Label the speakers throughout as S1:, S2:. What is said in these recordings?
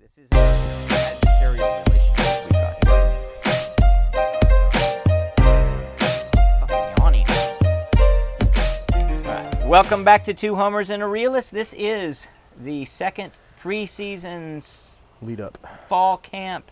S1: This is an adversarial relationship we've got here. Fucking yawning. Alright, Welcome back to Two Homers and a Realist. This is the second preseason s-
S2: Lead up.
S1: fall camp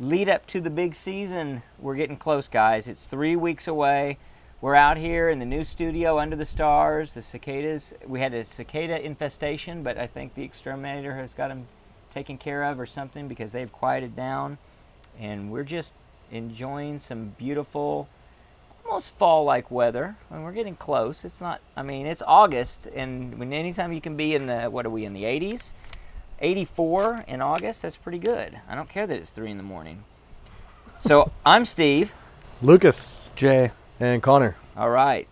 S1: lead up to the big season. We're getting close, guys. It's three weeks away. We're out here in the new studio under the stars. The cicadas. We had a cicada infestation, but I think the exterminator has got them taken care of or something because they've quieted down. And we're just enjoying some beautiful, almost fall-like weather. And we're getting close. It's not. I mean, it's August, and when anytime you can be in the what are we in the 80s? 84 in August, that's pretty good. I don't care that it's 3 in the morning. So I'm Steve.
S3: Lucas.
S2: Jay and Connor.
S1: All right.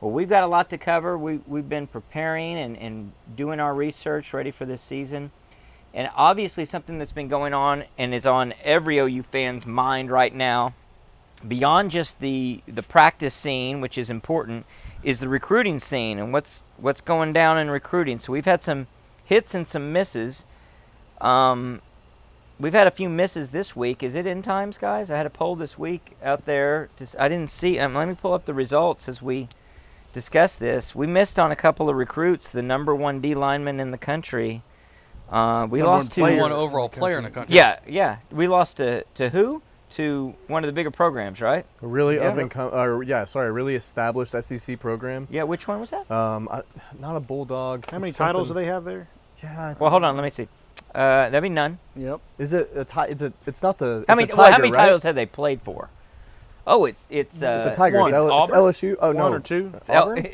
S1: Well, we've got a lot to cover. We, we've been preparing and, and doing our research ready for this season. And obviously, something that's been going on and is on every OU fan's mind right now, beyond just the, the practice scene, which is important, is the recruiting scene and what's, what's going down in recruiting. So we've had some hits and some misses. Um, we've had a few misses this week. Is it in times, guys? I had a poll this week out there. Just, I didn't see. Um, let me pull up the results as we discuss this. We missed on a couple of recruits, the number one D lineman in the country. Uh, we
S3: Number one
S1: lost to
S3: player.
S4: one overall player in the country.
S1: yeah, yeah. We lost to to who? To one of the bigger programs, right?
S2: A really
S3: Yeah.
S2: up and com- uh, yeah, sorry, a really established SEC program.
S1: Yeah. Which one was that?
S2: Um, I, not a bulldog.
S3: How many titles do they have there?
S2: they? Yeah. it's-
S1: Well, hold on. Let me see. Uh, that'd be none.
S3: Yep.
S2: Is it a ti- It's a. It's not the.
S1: How
S2: it's a
S1: many? well, how
S2: tiger,
S1: many
S2: right?
S1: titles have they played for? Oh, it's it's uh,
S2: It's a tiger.
S3: one.
S2: It's, L- it's
S1: Auburn?
S2: LSU. Oh
S3: One
S2: no.
S3: or two?
S2: It's
S1: L-
S2: Auburn?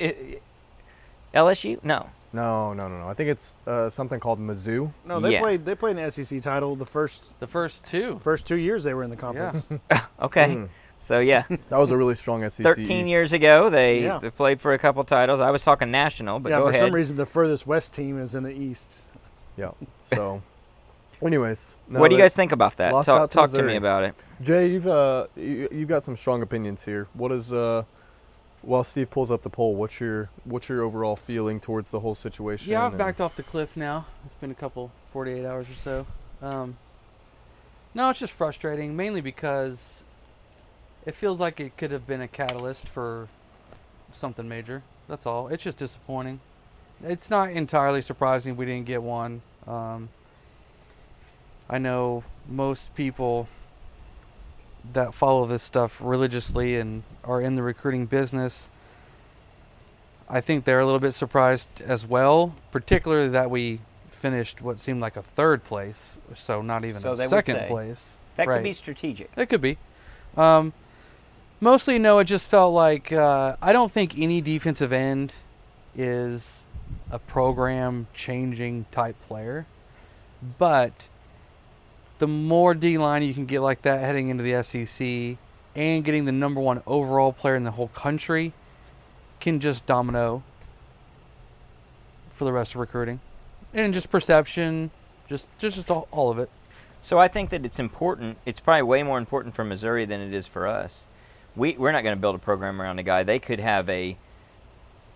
S1: LSU? No.
S2: no, no, no, no. I think it's uh, something called Mizzou.
S3: No, they
S1: Yeah.
S3: played. They played an SEC title the first
S4: The first two.
S3: first two years they were in the
S4: Yeah.
S3: conference.
S1: Okay. So yeah,
S2: That was a really strong SEC.
S1: 13
S2: Hmm. East.
S1: Hmm. years ago they,
S3: Yeah.
S1: they played for a couple titles. I was talking national, but
S3: yeah.
S1: go
S3: For
S1: ahead.
S3: some reason, the furthest west team is in the East.
S2: Yeah. So, anyways. no,
S1: what do you
S2: that-
S1: guys think about that?
S2: lost
S1: Talk,
S2: out to
S1: talk to me
S2: Missouri.
S1: about it.
S2: Jay, you've uh, you, you've got some strong opinions here. What is uh, while Steve pulls up the poll, what's your what's your overall feeling towards the whole situation?
S4: Yeah, I've
S2: and-
S4: backed off the cliff now. It's been a couple, 48 hours or so. Um, no, it's just frustrating, mainly because it feels like it could have been a catalyst for something major. That's all. It's just disappointing. It's not entirely surprising we didn't get one. Um, I know most people that follow this stuff religiously and are in the recruiting business I think they're a little bit surprised as well, particularly that we finished what seemed like a third place, so not even
S1: So they
S4: a
S1: would
S4: second
S1: say.
S4: place.
S1: That could
S4: Right.
S1: be strategic.
S4: It could be. Um, mostly, no, it just felt like uh, I don't think any defensive end is a program changing type player. But the more D line you can get like that heading into the SEC and getting the number one overall player in the whole country can just domino for the rest of recruiting and just perception, just just, just all, all of it.
S1: So I think that it's important. It's probably way more important for Missouri than it is for us. We we're not going to build a program around a guy. They could have a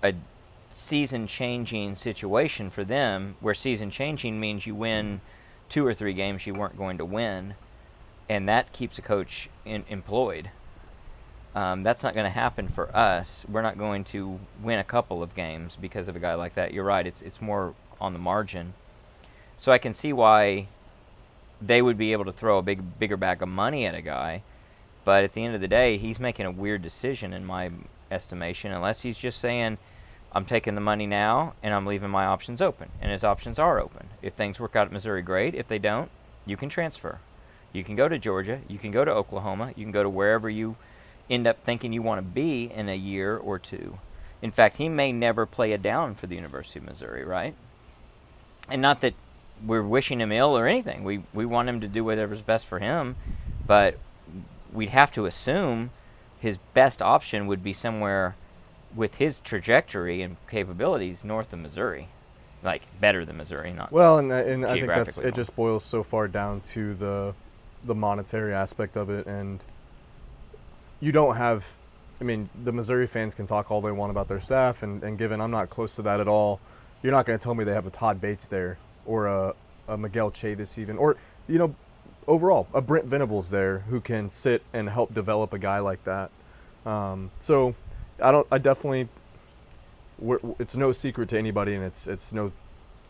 S1: a season changing situation for them where season changing means you win two or three games you weren't going to win and that keeps a coach in, employed. Um, that's not going to happen for us. We're not going to win a couple of games because of a guy like that. You're right. It's it's more on the margin. So I can see why they would be able to throw a big bigger bag of money at a guy, but at the end of the day, he's making a weird decision in my estimation unless he's just saying I'm taking the money now and I'm leaving my options open. And his options are open. If things work out at Missouri, great. If they don't, you can transfer. You can go to Georgia, you can go to Oklahoma, you can go to wherever you end up thinking you want to be in a year or two. In fact, he may never play a down for the University of Missouri, right? And not that we're wishing him ill or anything. We we want him to do whatever's best for him, but we'd have to assume his best option would be somewhere with his trajectory and capabilities north of Missouri, like better than Missouri, not
S2: Well, and, I- and I think that's
S1: Geographically.
S2: it. Just boils so far down to the the monetary aspect of it, and you don't have. I mean, the Missouri fans can talk all they want about their staff, and, and given I'm not close to that at all, you're not going to tell me they have a Todd Bates there or a, a a Miguel Chavis even, or you know, overall a Brent Venables there who can sit and help develop a guy like that. Um, so I don't. I definitely. We're, it's no secret to anybody, and it's it's no.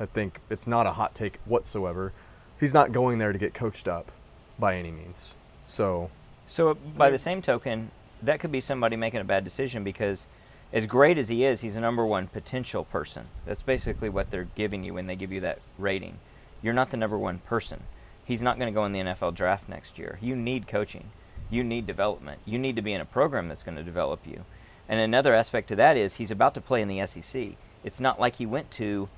S2: I think it's not a hot take whatsoever. He's not going there to get coached up, by any means. So
S1: So by the same token, that could be somebody making a bad decision because as great as he is, he's a number one potential person. That's basically what they're giving you when they give you that rating. You're not the number one person. He's not going to go in the NFL draft next year. You need coaching. You need development. You need to be in a program that's going to develop you. And another aspect to that is he's about to play in the SEC. It's not like he went to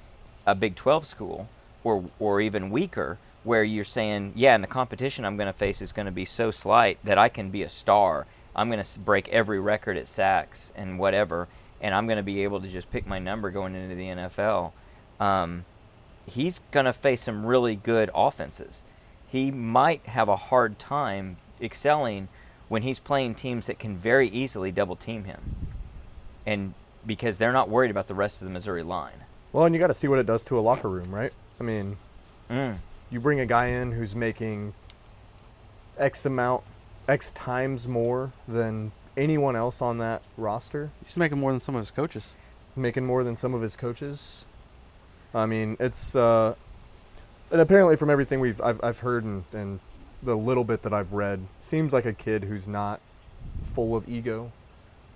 S1: a Big 12 school or or even weaker where you're saying, yeah, and the competition I'm going to face is going to be so slight that I can be a star. I'm going to break every record at sacks and whatever, and I'm going to be able to just pick my number going into the NFL. Um, he's going to face some really good offenses. He might have a hard time excelling when he's playing teams that can very easily double team him, and because they're not worried about the rest of the Missouri line.
S2: well, and you got to see what it does to a locker room, right? I mean,
S1: Mm.
S2: you bring a guy in who's making X amount, X times more than anyone else on that roster,
S4: He's making more than some of his coaches.
S2: making more than some of his coaches. I mean, it's uh, and apparently from everything we've I've, I've heard and, and the little bit that I've read, seems like a kid who's not full of ego.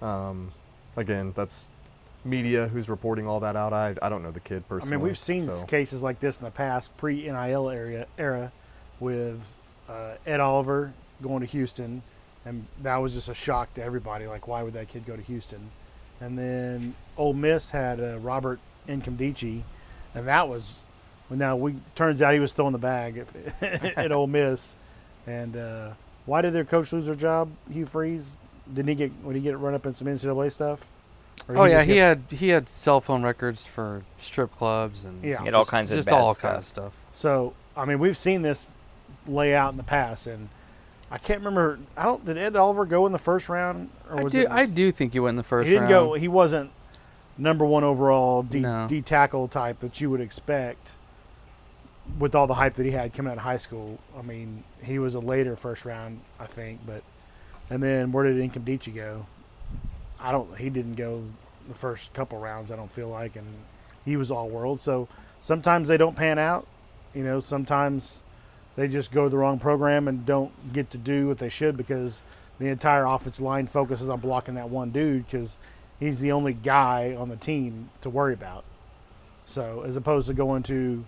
S2: Um, again, that's media who's reporting all that out. I I don't know the kid
S3: I
S2: personally.
S3: mean, we've seen
S2: so-
S3: cases like this in the past, pre NIL area era, with uh, Ed Oliver going to Houston, and that was just a shock to everybody. Like, why would that kid go to Houston? And then Ole Miss had uh, Robert Incomdici, and that was well, now we turns out he was still in the bag at, at Ole Miss. And uh, why did their coach lose their job? Hugh Freeze didn't he get? Would he get run up in some NCAA stuff? Or
S4: Oh yeah,
S3: just
S4: he
S3: get-
S4: had he had cell phone records for strip clubs and
S3: Yeah. He
S1: had all
S4: just-
S1: kinds of
S4: just
S1: bad
S4: all
S1: stuff.
S4: kinds of stuff.
S3: So I mean, we've seen this lay out in the past, and I can't remember. I don't. Did Ed Oliver go in the first round, or
S4: I
S3: was
S4: do,
S3: it? in the
S4: I
S3: s-
S4: do think he went in the first
S3: he didn't
S4: round.
S3: go. He wasn't number one overall D,
S4: No.
S3: D tackle type that you would expect. With all the hype that he had coming out of high school, I mean, he was a later first round, I think. But and then where did Incomdici go? I don't. He didn't go the first couple rounds. I don't feel like, and he was all world. So sometimes they don't pan out. You know, sometimes they just go to the wrong program and don't get to do what they should because the entire offensive line focuses on blocking that one dude because he's the only guy on the team to worry about. So as opposed to going to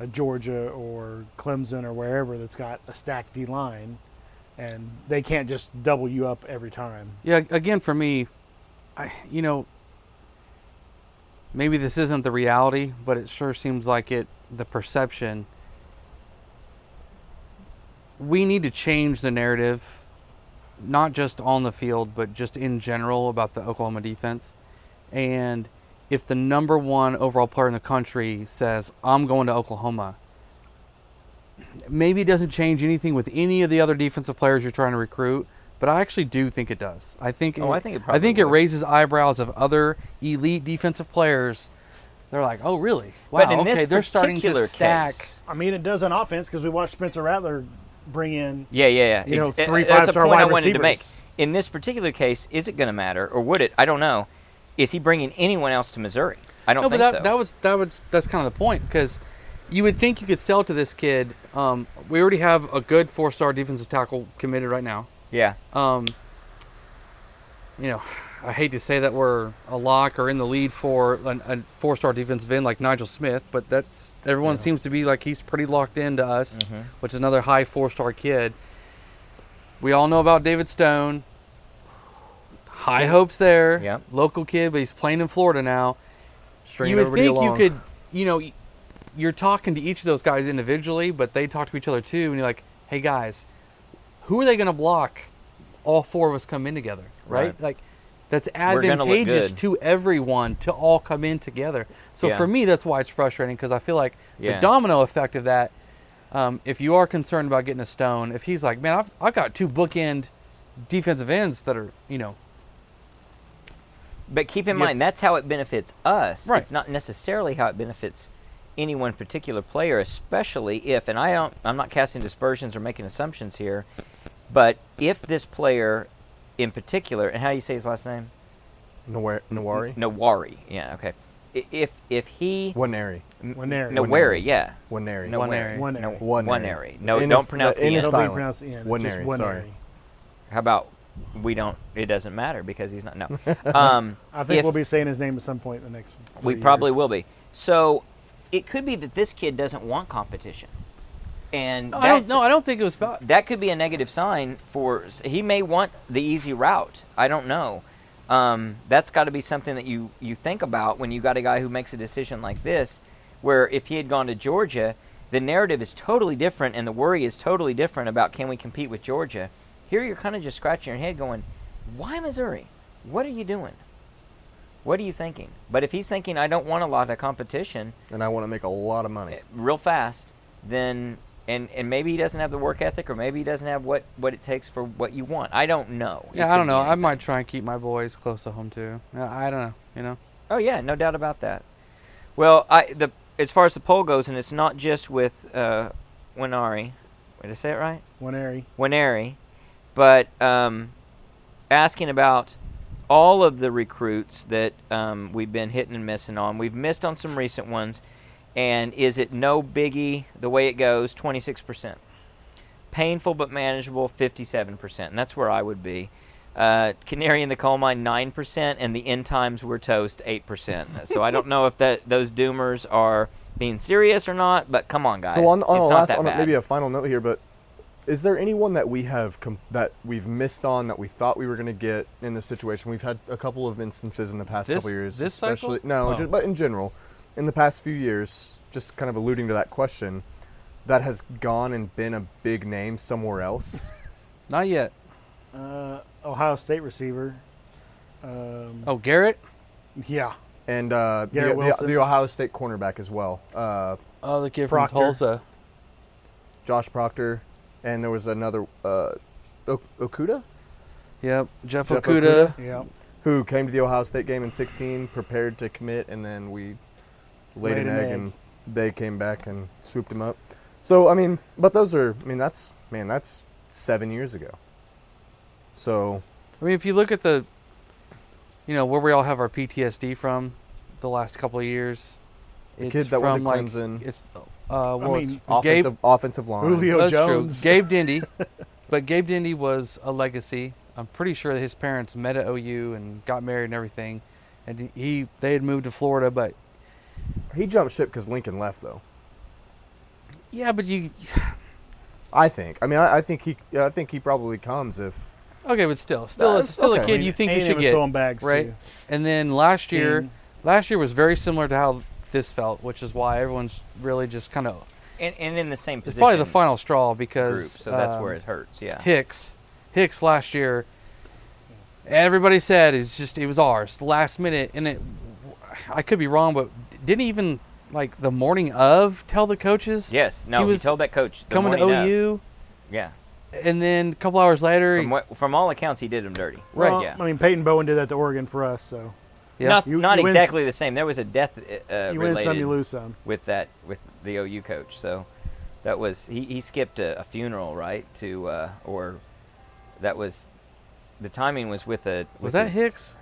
S3: a Georgia or Clemson or wherever that's got a stacked D line, and they can't just double you up every time.
S4: Yeah, again for me, I you know maybe this isn't the reality, but it sure seems like it the perception. We need to change the narrative not just on the field, but just in general about the Oklahoma defense. And if the number 1 overall player in the country says, "I'm going to Oklahoma," maybe it doesn't change anything with any of the other defensive players you're trying to recruit, but I actually do think it does. I think
S1: Oh,
S4: it,
S1: I think it probably
S4: I think it
S1: would.
S4: raises eyebrows of other elite defensive players. They're like, "Oh, really? Wow,
S1: But in this
S4: okay, they're starting
S1: particular
S4: to stack."
S1: case-
S3: I mean, it does on offense because we watched Spencer Rattler bring in
S1: Yeah, yeah, yeah.
S3: You know,
S1: Ex-
S3: three
S1: uh, that's a
S3: five-star
S1: point I
S3: wide
S1: wanted to make.
S3: receivers.
S1: In this particular case, is it going to matter, or would it? I don't know. Is he bringing anyone else to Missouri? I don't
S4: no, but
S1: think
S4: that,
S1: so.
S4: that was that was that's kind of the point because you would think you could sell to this kid. Um, we already have a good four-star defensive tackle committed right now.
S1: yeah,
S4: Um, you know, I hate to say that we're a lock or in the lead for an, a four-star defensive end like Nigel Smith, but that's everyone seems to be like he's pretty locked into us, which is another high four-star kid. We all know about David Stone. High hopes there.
S1: Yeah.
S4: Local kid, but he's playing in Florida now
S2: stringing
S4: you would
S2: everybody
S4: think
S2: along.
S4: you could, you know, y- you're talking to each of those guys individually, but they talk to each other too, and you're like, hey guys, who are they going to block? All four of us come in together, right?
S1: Right.
S4: Like that's
S1: gonna look
S4: advantageous
S1: good.
S4: to everyone to all come in together. So
S1: Yeah.
S4: for me, that's why it's frustrating because I feel like
S1: Yeah.
S4: the domino effect of that. Um, if you are concerned about getting a stone, if he's like, man, I've, I've got two bookend defensive ends that are, you know,
S1: but keep in
S4: Yeah.
S1: mind that's how it benefits us.
S4: Right.
S1: It's not necessarily how it benefits any one particular player, especially if, and I don't, I'm not casting dispersions or making assumptions here, but if this player in particular, and how do you say his last name?
S2: Nawari. Nawari.
S1: Nawari. Yeah. Okay. I- If if he
S2: Waneri.
S3: Waneri.
S1: Nawari, yeah.
S2: Waneri.
S1: No,
S4: Waneri.
S1: Waneri.
S3: Waneri.
S1: No, Waneri. No,
S2: N
S1: don't
S2: is-
S1: pronounce
S2: the
S1: the
S2: N
S1: N.
S2: is
S3: It'll
S2: silent.
S3: be pronounced in. It's just
S2: Waneri, sorry.
S3: Waneri.
S1: How about we don't? It doesn't matter because he's not. No. Um,
S3: I think
S1: if-
S3: we'll be saying his name at some point in the next.
S1: we
S3: three
S1: probably
S3: years.
S1: will be. So it could be that this kid doesn't want competition, and
S4: No, I don't.
S1: that's-
S4: No, I don't think it was about.
S1: that could be a negative sign for he may want the easy route. I don't know. Um, that's got to be something that you you think about when you got a guy who makes a decision like this, where if he had gone to Georgia, the narrative is totally different and the worry is totally different about can we compete with Georgia. Here you're kind of just scratching your head, going, why Missouri? What are you doing? What are you thinking? But if he's thinking I don't want a lot of competition,
S2: And I want to make a lot of money.
S1: real fast, then and and maybe he doesn't have the work ethic, or maybe he doesn't have what what it takes for what you want. I don't know. It
S4: Yeah, I
S1: could
S4: don't
S1: be
S4: know. I
S1: anything.
S4: might try and keep my boys close to home too. I I don't know. You know.
S1: Oh yeah, no doubt about that. Well, I the as far as the poll goes, and it's not just with uh, Winari. Did I say it right?
S3: Waneri.
S1: Winery, but um, asking about all of the recruits that um, we've been hitting and missing on. We've missed on some recent ones, and is it no biggie the way it goes? Twenty six percent. Painful but manageable, fifty seven percent, and that's where I would be. Uh, Canary in the coal mine, nine percent, and the end times were toast, eight percent. So I don't know if that those doomers are being serious or not, but come on, guys.
S2: So on, on
S1: it's
S2: the
S1: not
S2: last,
S1: that
S2: on
S1: bad.
S2: maybe a final note here, but is there anyone that we have com- that we've missed on that we thought we were going to get in this situation? We've had a couple of instances in the past
S4: This-
S2: couple of years,
S4: this cycle?
S2: especially no,
S4: Oh.
S2: ju- but in general, in the past few years, just kind of alluding to that question, that has gone and been a big name somewhere else.
S4: Not yet.
S3: Uh, Ohio State receiver. Um,
S4: Oh, Garrett.
S3: yeah.
S2: and uh, the,
S3: Garrett
S2: the,
S3: Wilson.
S2: the Ohio State cornerback as well, uh,
S4: Oh, the kid
S3: Proctor.
S4: from Tulsa.
S2: Josh Proctor, and there was another uh, o- Okuda
S4: Yep. Jeff,
S2: Jeff
S4: Okuda.
S2: Okuda.
S3: Yeah.
S2: who came to the Ohio State game in 16, prepared to commit, and then we laid, an, egg, and they came back and swooped him up. So I mean, but those are I mean that's man that's seven years ago. So
S4: I mean, if you look at the, you know, where we all have our PTSD from, the last couple of years.
S2: the kid that went to Clemson,
S4: It's uh, well, it's
S3: mean,
S4: Gabe.
S2: offensive offensive line,
S3: Julio
S4: that's true.
S3: Jones.
S4: Gabe Dindy, but Gabe Dindy was a legacy. I'm pretty sure that his parents met at OU and got married and everything, and he they had moved to Florida, but
S2: he jumped ship because Lincoln left though.
S4: yeah, but you
S2: I think. I mean, I, I think he. I think he probably comes if.
S4: okay, but still, still, it's
S2: it's
S4: still
S2: okay.
S4: a
S2: I
S4: kid
S2: mean,
S4: you think you
S3: A&M
S4: should
S3: is
S4: get,
S3: throwing bags
S4: right?
S3: too.
S4: And then last year,
S3: King.
S4: last year was very similar to how this felt, which is why everyone's really just kind of
S1: and, and in the same position.
S4: it's probably the final straw because
S1: group, so
S3: uh,
S1: that's
S4: um,
S1: where it hurts. Yeah.
S4: Hicks, Hicks last year. Everybody said it's just it was ours the last minute, and it. I could be wrong, but didn't even like the morning of tell the coaches.
S1: Yes. No.
S4: he
S1: He,
S4: was
S1: told that coach the
S4: coming to
S1: morning of.
S4: OU,
S1: Yeah.
S4: and then a couple hours later,
S1: From, what, from all accounts, he did him dirty.
S4: Right,
S3: Well,
S1: yeah.
S3: I mean, Peyton Bowen did that to Oregon for us, so
S4: yeah,
S1: Not,
S3: You-
S1: not
S3: you win s-
S1: exactly the same. There was a death uh, uh,
S3: you win
S1: related
S3: some, you lose some.
S1: with that with the OU coach. So that was he, he skipped a, a funeral, right? To uh, or that was the timing was with a with
S4: was that
S1: a-
S4: Hicks?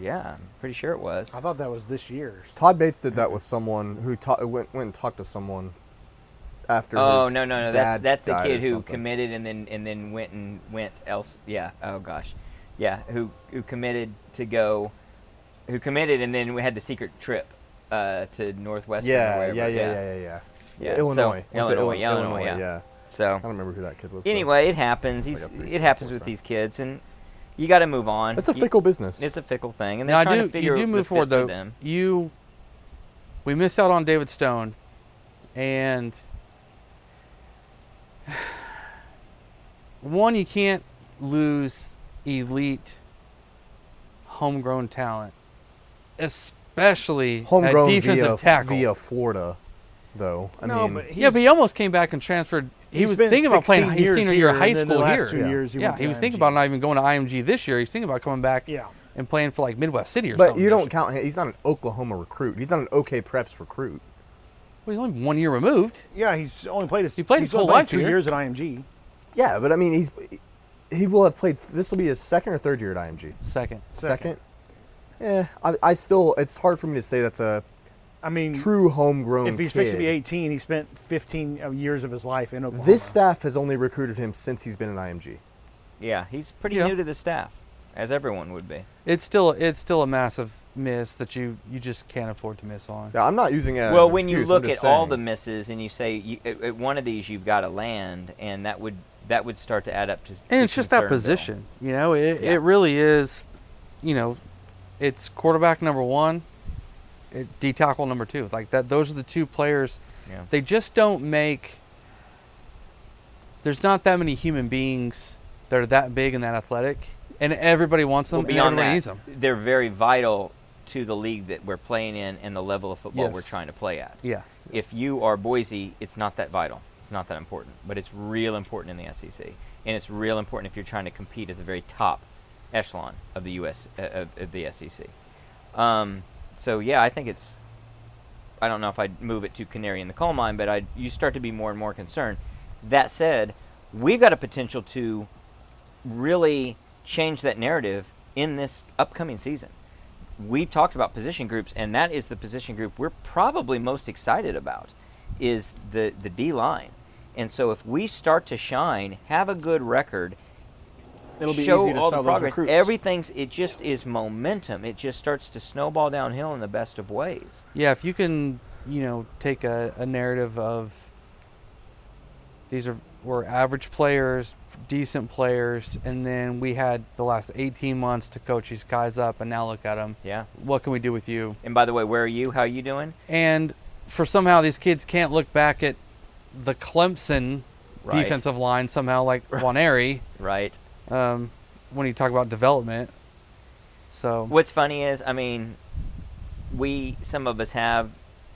S1: Yeah, I'm pretty sure it was.
S3: I thought that was this year.
S2: Todd Bates did that with someone who ta- went went and talked to someone after.
S1: Oh
S2: his
S1: no no no!
S2: dad
S1: That's that's the
S2: died
S1: kid
S2: or
S1: who
S2: something.
S1: committed and then and then went and went else. Yeah. Oh gosh. Yeah. Who who committed to go? Who committed and then we had the secret trip uh, to Northwestern. or
S2: Yeah,
S1: wherever.
S2: yeah, yeah, yeah, yeah, yeah.
S1: Yeah, so-
S2: Illinois. Went to
S1: Illinois,
S2: Illi-
S1: yeah, Illinois, yeah.
S2: I
S1: So
S2: don't remember who that kid was. though.
S1: anyway, it happens.
S2: It's
S1: He's,
S2: like a three,
S1: it
S2: six,
S1: happens
S2: four,
S1: with
S2: five.
S1: these kids, and you got to move on.
S2: it's a
S1: You-
S2: fickle business.
S1: It's a fickle thing, and they're
S4: Now I
S1: trying
S4: do
S1: to figure
S4: you do
S1: the
S4: move
S1: fit
S4: forward
S1: for
S4: though.
S1: them.
S4: You, we missed out on David Stone, and one you can't lose elite homegrown talent, especially
S2: homegrown
S4: at defensive
S2: via,
S4: tackle.
S2: via Florida, though. I
S3: no,
S2: mean,
S3: but he's,
S4: yeah, but he almost came back and transferred. He
S3: he's
S4: was
S3: been
S4: thinking about playing
S3: 16
S4: his
S3: years
S4: senior year of high
S3: and then the
S4: school
S3: last
S4: here.
S3: Two
S2: Yeah.
S3: years, he
S4: yeah,
S3: went
S4: he
S3: to
S4: was thinking
S3: IMG.
S4: about not even going to IMG this year. He's thinking about coming back
S3: Yeah,
S4: and playing for like Midwest City or
S2: but
S4: something.
S2: you
S4: this
S2: don't
S4: year.
S2: count him. He's not an Oklahoma recruit. He's not an OK Preps recruit.
S4: Well, he's only one year removed.
S3: Yeah, he's only played his.
S4: He played
S3: he's
S4: his
S3: only
S4: whole life
S3: two
S4: here.
S3: years at IMG.
S2: Yeah, but I mean, he's he will have played. This will be his second or third year at IMG.
S4: Second.
S2: Second.
S3: Second.
S2: Yeah, Eh, I, I still. It's hard for me to say that's a
S3: I mean,
S2: true homegrown.
S3: Mm. if he's
S2: kid.
S3: fixed to be 18, he spent 15 of years of his life in Oklahoma.
S2: This staff has only recruited him since he's been in IMG.
S1: Yeah, he's pretty
S4: Yeah.
S1: new to the staff, as everyone would be.
S4: It's still it's still a massive miss that you you just can't afford to miss on.
S2: Yeah, I'm not using it. As
S1: well,
S2: an
S1: when you
S2: excuse,
S1: look
S2: I'm
S1: at
S2: just
S1: all the
S2: saying.
S1: misses and you say you, at, at one of these you've got to land, and that would that would start to add up to.
S4: and
S1: to
S4: it's just that
S1: concern, Bill.
S4: position. You know, it
S1: Yeah.
S4: it really is. You know, it's quarterback number one, it, D tackle number two. Like that, those are the two players.
S1: Yeah.
S4: They just don't make. There's not that many human beings that are that big and that athletic, and everybody wants them.
S1: Well,
S4: and
S1: beyond
S4: everybody
S1: that,
S4: needs them.
S1: they're very vital to the league that we're playing in and the level of football we're
S4: Yes.
S1: trying to play at.
S4: Yeah.
S1: If you are Boise, it's not that vital. It's not that important, but it's real important in the SEC, and it's real important if you're trying to compete at the very top echelon of the US uh, of, of the SEC. Um, so yeah, I think it's. I don't know if I'd move it to canary in the coal mine, but I you start to be more and more concerned. That said, we've got a potential to really change that narrative in this upcoming season. We've talked about position groups, and that is the position group we're probably most excited about is the the D line. And so if we start to shine, have a good record,
S5: It'll be
S1: show
S5: easy to
S1: all
S5: sell
S1: the
S5: those
S1: progress,
S5: recruits.
S1: everything's it just is momentum. It just starts to snowball downhill in the best of ways.
S4: Yeah, if you can, you know, take a, a narrative of these are were average players, decent players, and then we had the last 18 months to coach these guys up, and now look at them.
S1: Yeah.
S4: What can we do with you?
S1: And by the way, where are you? How are you doing?
S4: And for somehow these kids can't look back at the Clemson
S1: Right.
S4: defensive line somehow like Waneri
S1: Right.
S4: um, when you talk about development. So
S1: What's funny is, I mean, we some of us have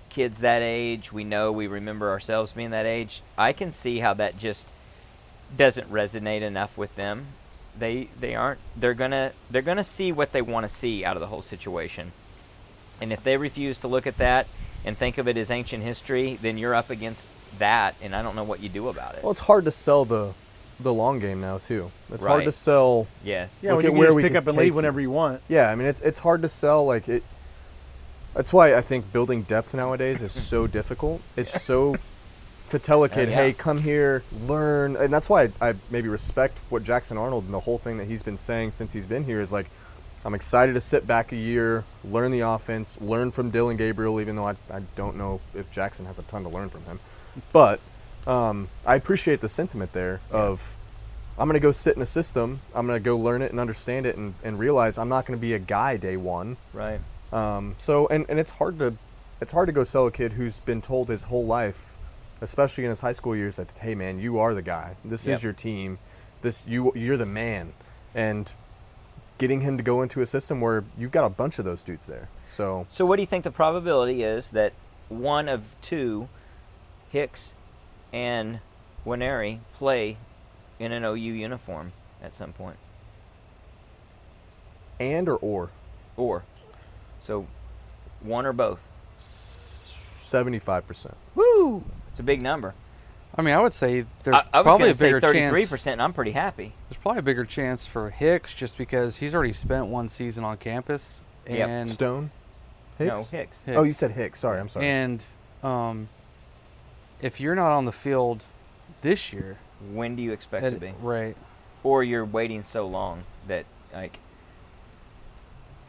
S1: kids that age. We know we remember ourselves being that age. I can see how that just doesn't resonate enough with them. They they aren't they're gonna they're gonna see what they want to see out of the whole situation. And if they refuse to look at that and think of it as ancient history, then you're up against that, and I don't know what you do about it.
S2: Well, it's hard to sell the the long game now too. It's hard
S1: Right.
S2: to sell.
S1: yes.
S3: yeah,
S2: Look
S3: when
S2: at
S3: you can
S2: where
S3: just
S2: we
S3: pick
S2: can
S3: up and
S2: take
S3: leave
S2: you.
S3: whenever you want.
S2: Yeah, I mean it's it's hard to sell like it. That's why I think building depth nowadays is so difficult. It's so to tell a kid,
S1: yeah.
S2: hey, come here, learn, and that's why I, I maybe respect what Jackson Arnold and the whole thing that he's been saying since he's been here is like, I'm excited to sit back a year, learn the offense, learn from Dylan Gabriel, even though I I don't know if Jackson has a ton to learn from him, but um, I appreciate the sentiment there of I'm going to go sit in a system. I'm going to go learn it and understand it and, and realize I'm not going to be a guy day one.
S1: Right.
S2: Um, so, and, and it's hard to, it's hard to go sell a kid who's been told his whole life, especially in his high school years that, Hey man, you are the guy. This
S1: Yep.
S2: is your team. This, you, you're the man. And getting him to go into a system where you've got a bunch of those dudes there. So
S1: So, what do you think the probability is that one of two, Hicks and Winery, play in an OU uniform at some point?
S2: and, or, or
S1: Or, so one or both?
S2: 75%.
S1: Woo! It's a big number.
S4: I mean, I would say there's
S1: I, I was
S4: probably
S1: going
S4: a
S1: to say
S4: bigger
S1: 33%,
S4: chance.
S1: and I'm pretty happy.
S4: There's probably a bigger chance for Hicks just because he's already spent one season on campus
S1: Yep.
S4: and
S2: Stone.
S1: No,
S2: Hicks?
S1: Hicks.
S4: Hicks.
S2: Oh, you said Hicks. Sorry, I'm sorry.
S4: and um, if you're not on the field this year,
S1: When do you expect to
S4: at-
S1: be?
S4: right?
S1: Or you're waiting so long that, like,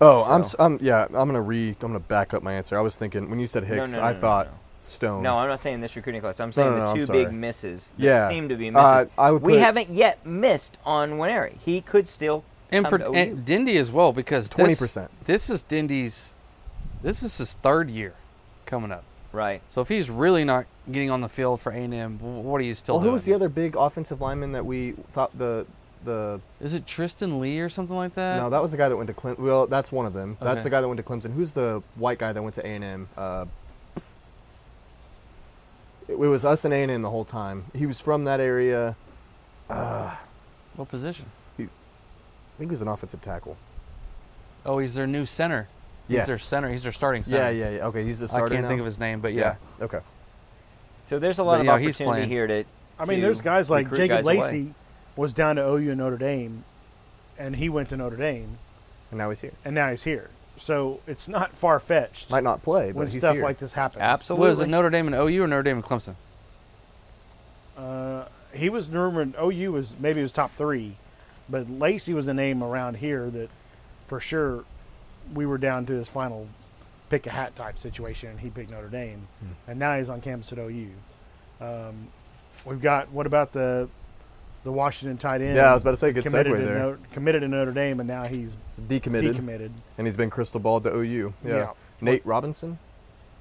S2: Oh, I'm, s
S1: So-
S2: am yeah, I'm gonna re, I'm gonna back up my answer. I was thinking when you said Hicks,
S1: no, no,
S2: I
S1: no,
S2: thought
S1: no, no.
S2: Stone.
S1: No, I'm not saying this recruiting class. I'm saying
S2: Oh. no, no, I'm
S1: the two
S2: sorry.
S1: big misses that
S2: Yeah.
S1: seem to be misses.
S2: Uh, I would
S1: we
S2: put-
S1: haven't yet missed on Winery. He could still
S4: And,
S1: come
S4: per,
S1: to OU.
S4: and Dindy as well because this-
S2: 20%.
S4: This is Dindy's. This is his third year coming up.
S1: right.
S4: So if he's really not getting on the field for A and M, what are you still
S2: well,
S4: doing?
S2: who was the other big offensive lineman that we thought the the?
S4: Is it Tristan Lee or something like that?
S2: no, that was the guy that went to Clemson. Well, that's one of them. That's
S4: Uh, Okay.
S2: the guy that went to Clemson. Who's the white guy that went to A and M? Uh, it, it was us and A and M the whole time. He was from that area.
S4: what position?
S2: I think he was an offensive tackle.
S4: Oh, he's their new center. He's
S2: Yes.
S4: their center. He's their starting center.
S2: Yeah, yeah, yeah. Okay, he's the starter
S4: I can't
S2: now?
S4: think of his name, but yeah.
S2: Okay.
S1: So there's a lot
S4: But,
S1: of
S4: yeah, he's
S1: opportunity
S4: playing.
S1: here to.
S3: I mean,
S1: to
S3: there's guys like
S1: recruit
S3: Jacob
S1: guys away.
S3: Lacey was down to OU and Notre Dame, and he went to Notre Dame,
S2: and now he's here.
S3: and now he's here. So it's not far fetched
S2: Might not play, but
S3: when
S2: he's
S3: stuff
S2: here.
S3: like this happens.
S1: Absolutely.
S4: Was it Notre Dame and OU or Notre Dame and Clemson?
S3: Uh, he was rumored OU was maybe it was top three, but Lacey was a name around here that for sure we were down to his final pick a hat type situation, and he picked Notre Dame,
S2: Hmm.
S3: and now he's on campus at OU. Um, we've got what about the the Washington tight end?
S2: yeah, I was about to say, good
S3: committed
S2: segue
S3: to
S2: there.
S3: Notre- committed to Notre Dame, and now he's
S2: decommitted,
S3: decommitted.
S2: and he's been crystal ball to OU. Yeah.
S3: Yeah.
S2: Nate Robinson,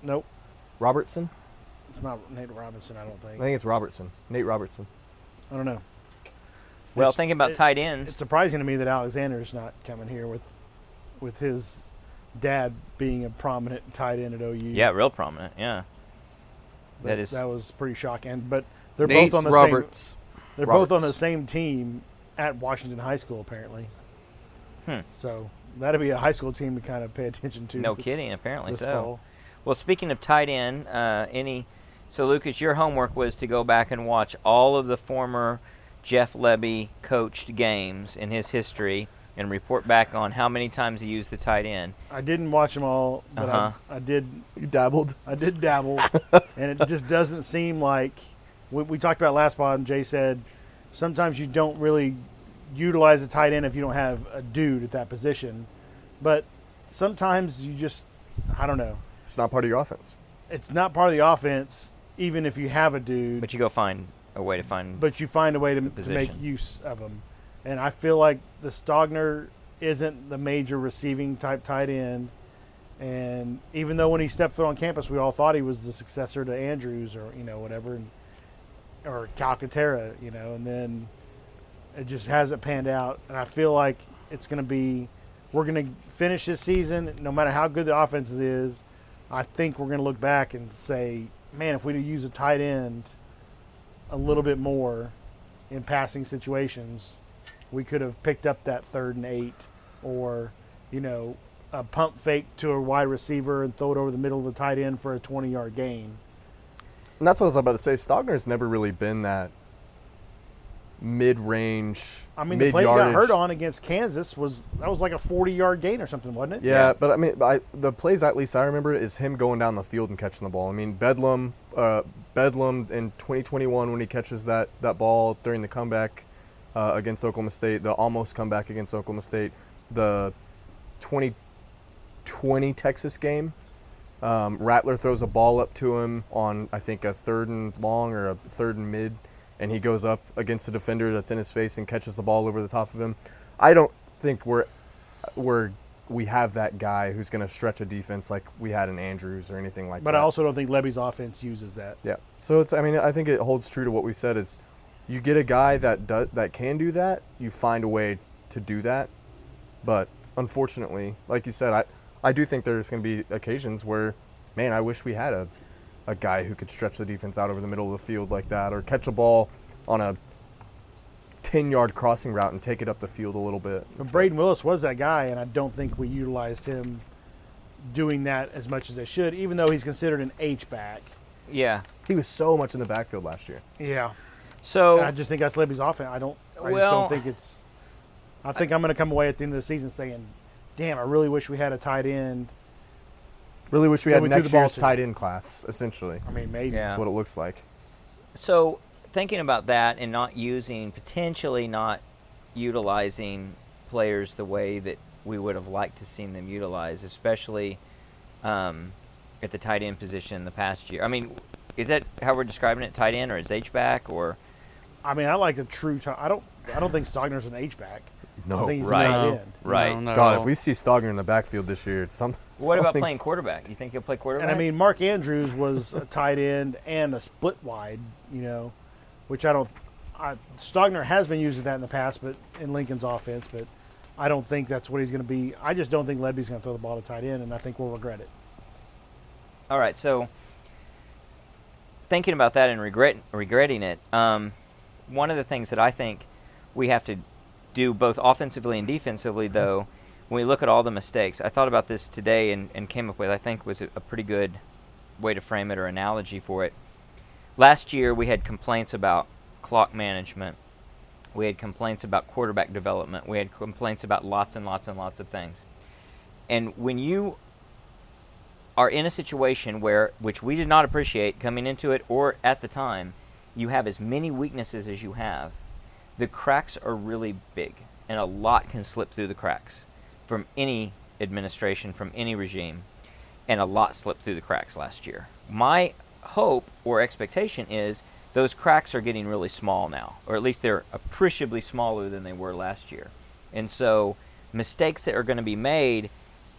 S3: Nope,
S2: Robertson.
S3: it's not Nate Robinson. I don't
S2: I
S3: think.
S2: think it's Robertson. Nate Robertson.
S3: I don't know.
S1: Well,
S3: It's-
S1: thinking about
S3: it-
S1: tight ends,
S3: it's surprising to me that Alexander's not coming here with with his dad being a prominent tight end at OU.
S1: yeah, real prominent. Yeah,
S3: that,
S1: that is-
S3: that was pretty shocking. But they're
S4: Nate
S3: both on the
S4: Roberts.
S3: same they're both on the
S2: Roberts.
S3: same team at Washington High School apparently.
S1: Hmm.
S3: So that'd be a high school team to kind of pay attention to.
S1: no
S3: this-
S1: kidding. Apparently
S3: this
S1: so.
S3: fall.
S1: Well, speaking of tight end, uh, any so Lucas, your homework was to go back and watch all of the former Jeff Levy coached games in his history and report back on how many times he used the tight end.
S3: I didn't watch them all, but
S1: Uh-huh.
S3: I, I did
S2: You dabbled.
S3: I did dabble, and it just doesn't seem like we, we talked about last pod. And Jay said sometimes you don't really utilize a tight end if you don't have a dude at that position, but sometimes you just I don't know.
S2: It's not part of your offense.
S3: It's not part of the offense, even if you have a dude.
S1: But you go find a way to find.
S3: but you find a way to, to make
S1: position.
S3: use of them, and I feel like the Stogner isn't the major receiving type tight end. And even though when he stepped foot on campus, we all thought he was the successor to Andrews or you know whatever, and, or Calcaterra, you know, and then it just hasn't panned out. And I feel like it's going to be, we're going to finish this season, no matter how good the offense is. I think we're going to look back and say, man, if we'd have used a tight end a little bit more in passing situations, we could have picked up that third and eight or, you know, a pump fake to a wide receiver and throw it over the middle of the tight end for a 20 yard gain.
S2: And that's what I was about to say. Stogner's never really been that mid-range,
S3: I mean, the play he got
S2: mid-yardage.
S3: hurt on against Kansas was that was like a 40 yard gain or something, wasn't it?
S2: Yeah,
S1: Yeah.
S2: but I mean, I, the plays at least I remember is him going down the field and catching the ball. I mean, Bedlam, uh, Bedlam in 2021 when he catches that that ball during the comeback uh, against Oklahoma State, the almost comeback against Oklahoma State, the 2020 Texas game. Um, Rattler throws a ball up to him on I think a third and long or a third and mid, and he goes up against a defender that's in his face and catches the ball over the top of him. I don't think we're we're we have that guy who's going to stretch a defense like we had in Andrews or anything like
S3: But
S2: that.
S3: I also don't think Levy's offense uses that.
S2: yeah. So it's I mean I think it holds true to what we said is you get a guy that does, that can do that, you find a way to do that. But unfortunately, like you said, I I do think there's going to be occasions where man, I wish we had a a guy who could stretch the defense out over the middle of the field like that or catch a ball on a 10-yard crossing route and take it up the field a little bit.
S3: But Braden Willis was that guy, and I don't think we utilized him doing that as much as they should, even though he's considered an H back.
S1: yeah.
S2: He was so much in the backfield last year.
S3: Yeah.
S1: So
S3: I just think that's Levy's offense. I don't. I just
S1: Well-
S3: don't think it's. I think I, am going to come away at the end of the season saying, "Damn, I really wish we had a tight end."
S2: Really wish we
S3: Then
S2: had
S3: we threw
S2: next
S3: the ball
S2: year's
S3: to-
S2: tight end class, essentially.
S3: I mean, maybe.
S1: Yeah.
S2: That's what it looks like.
S1: So, thinking about that and not using, potentially not utilizing players the way that we would have liked to seen them utilized, especially um, at the tight end position in the past year. I mean, is that how we're describing it? Tight end or is H back or
S3: I mean, I like a true. ti- I don't. I don't think Stogner's an H back. I
S2: No,
S3: think he's
S1: right.
S3: a tight end.
S1: Um, Right.
S4: No, not at
S2: God, if
S4: all.
S2: we see Stogner in the backfield this year, it's some.
S1: what about
S2: something's-
S1: playing quarterback? You think he'll play quarterback?
S3: And I mean, Mark Andrews was a tight end and a split wide. You know, which I don't. I, Stogner has been using that in the past, but in Lincoln's offense, but I don't think that's what he's going to be. I just don't think Levy's going to throw the ball to tight end, and I think we'll regret it.
S1: All right, so thinking about that and regret regretting it, um, one of the things that I think we have to do both offensively and defensively, though, when we look at all the mistakes, I thought about this today and, and came up with I think was a, a pretty good way to frame it or analogy for it. last year we had complaints about clock management. We had complaints about quarterback development. We had complaints about lots and lots and lots of things. And when you are in a situation where, which we did not appreciate coming into it or at the time, you have as many weaknesses as you have, the cracks are really big, and a lot can slip through the cracks from any administration, from any regime, and a lot slipped through the cracks last year. My hope or expectation is those cracks are getting really small now, or at least they're appreciably smaller than they were last year. And so, mistakes that are going to be made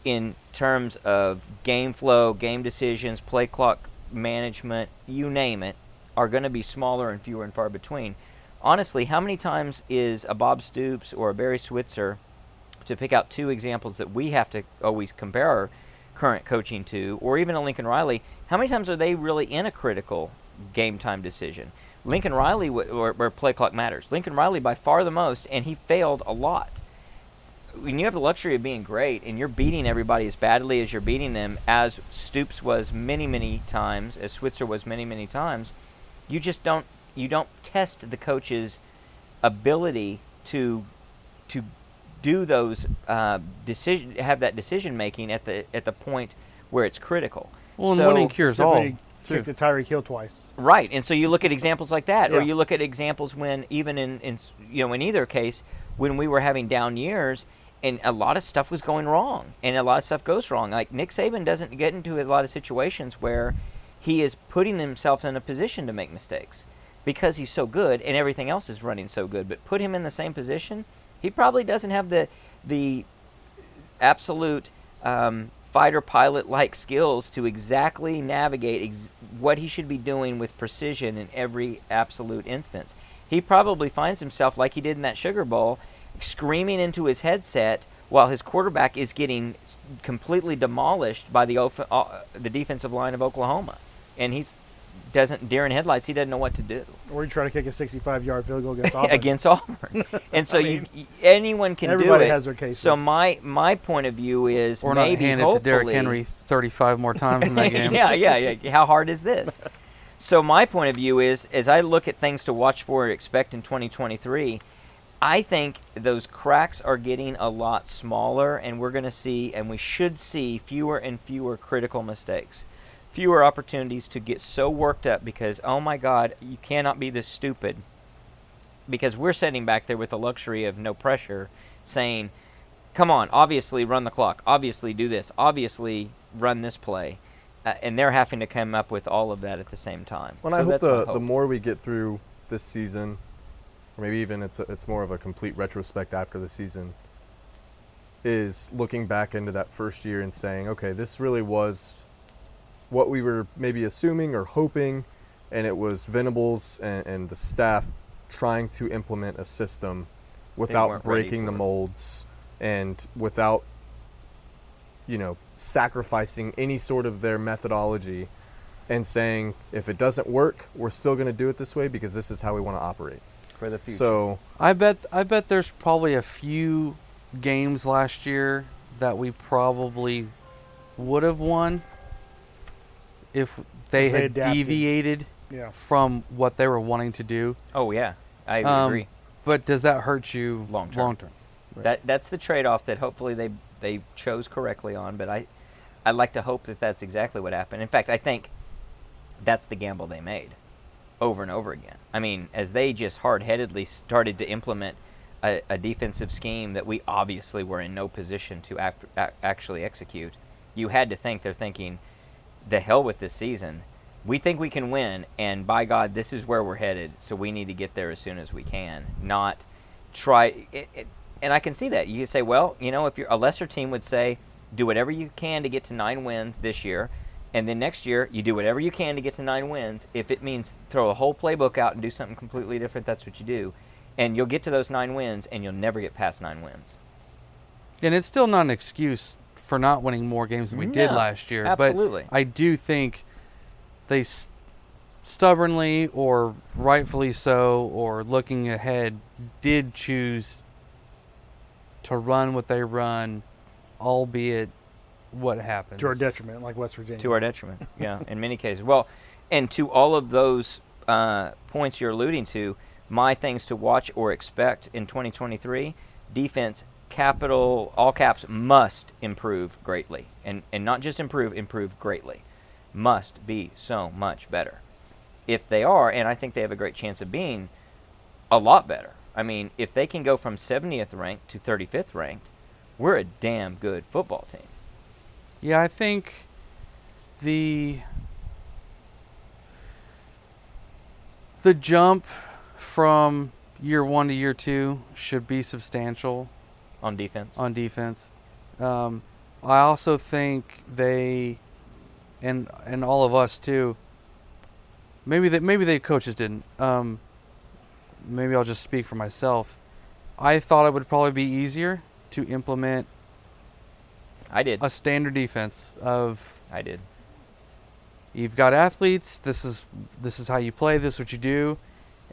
S1: in terms of game flow, game decisions, play clock management, you name it, are going to be smaller and fewer and far between. Honestly, how many times is a Bob Stoops or a Barry Switzer, to pick out two examples that we have to always compare our current coaching to, or even a Lincoln Riley, how many times are they really in a critical game time decision? Lincoln Riley, w- or, where play clock matters. Lincoln Riley by far the most, and he failed a lot when you have the luxury of being great and you're beating everybody as badly as you're beating them, as Stoops was many, many times, as Switzer was many, many times, you just don't you don't test the coach's ability to to do those uh, decision have that decision making at the at the point where it's critical.
S4: Well, and
S1: So-
S4: winning cures
S3: Except for
S4: all.
S3: he
S4: too.
S3: kicked the Tyreek Hill twice.
S1: Right, and so you look at examples like that, or
S3: Yeah.
S1: you look at examples when even in, in s- you know in either case when we were having down years and a lot of stuff was going wrong, and a lot of stuff goes wrong. Like Nick Saban doesn't get into a lot of situations where he is putting himself in a position to make mistakes because he's so good and everything else is running so good. But put him in the same position, he probably doesn't have the the absolute um, fighter pilot like skills to exactly navigate ex- what he should be doing with precision in every absolute instance. He probably finds himself, like he did in that Sugar Bowl, screaming into his headset while his quarterback is getting s- completely demolished by the off- uh, the defensive line of Oklahoma, and he's doesn't deer in headlights. He doesn't know what to do
S3: Or he tried to kick a 65-yard field goal against Auburn.
S1: against Auburn. And so you, anyone can do
S3: Everybody
S1: it.
S3: has their cases.
S1: So my my point of view is
S4: Or not
S1: maybe
S4: hand it to Derrick
S1: hopefully,
S4: Henry 35 more times in that game.
S1: yeah, yeah, yeah. How hard is this? So my point of view is, as I look at things to watch for or expect in 2023, I think those cracks are getting a lot smaller, and we're going to see, and we should see, fewer and fewer critical mistakes, fewer opportunities to get so worked up because, oh my God, you cannot be this stupid. Because we're sitting back there with the luxury of no pressure, saying, come on, obviously run the clock, obviously do this, obviously run this play. Uh, and they're having to come up with all of that at the same time.
S2: Well,
S1: So
S2: and I hope
S1: that's my
S2: the, the
S1: hope.
S2: more we get through this season, or maybe even it's a, it's more of a complete retrospect after the season, is looking back into that first year and saying, okay, this really was what we were maybe assuming or hoping, and it was Venables and, and the staff trying to implement a system without
S1: weren't ready
S2: breaking the
S1: for it.
S2: molds and without you know sacrificing any sort of their methodology and saying if it doesn't work, we're still going to do it this way because this is how we want to operate.
S1: for the future.
S2: So
S4: I bet I bet there's probably a few games last year that we probably would have won if they
S3: If they
S4: had
S3: adapted.
S4: deviated
S3: Yeah.
S4: from what they were wanting to do.
S1: oh yeah, I
S4: Um,
S1: agree.
S4: But does that hurt you
S1: Long term.
S4: Long term. right.
S1: That that's the trade-off that hopefully they they chose correctly on. But I I like to hope that that's exactly what happened. In fact, I think that's the gamble they made over and over again. I mean, as they just hard-headedly started to implement a, a defensive scheme that we obviously were in no position to act, ac actually execute, you had to think they're thinking, the hell with this season. We think we can win, and by God, this is where we're headed. So we need to get there as soon as we can. Not try. It, it, and I can see that. You say, well, you know, if you're a lesser team would say, do whatever you can to get to nine wins this year, and then next year you do whatever you can to get to nine wins. If it means throw the whole playbook out and do something completely different, that's what you do, and you'll get to those nine wins, and you'll never get past nine wins.
S4: And it's still not an excuse for not winning more games than we did
S1: No,
S4: last year.
S1: absolutely.
S4: But I do think they s- stubbornly or rightfully so or looking ahead did choose to run what they run, albeit what happens.
S3: To our detriment, like West Virginia.
S1: to our detriment. Yeah, in many cases. Well, and to all of those uh, points you're alluding to, my things to watch or expect in 2023, defense capital all caps must improve greatly, and and not just improve, improve greatly, must be so much better. If they are, and I think they have a great chance of being, a lot better. I mean, if they can go from 70th ranked to 35th ranked, we're a damn good football team.
S4: Yeah, I think the the jump from year one to year two should be substantial
S1: on defense.
S4: on defense. Um, I also think they, and and all of us too. Maybe that maybe the coaches didn't. Um, maybe I'll just speak for myself. I thought it would probably be easier to implement
S1: I did.
S4: a standard defense of
S1: I did.
S4: you've got athletes. This is this is how you play. This is what you do.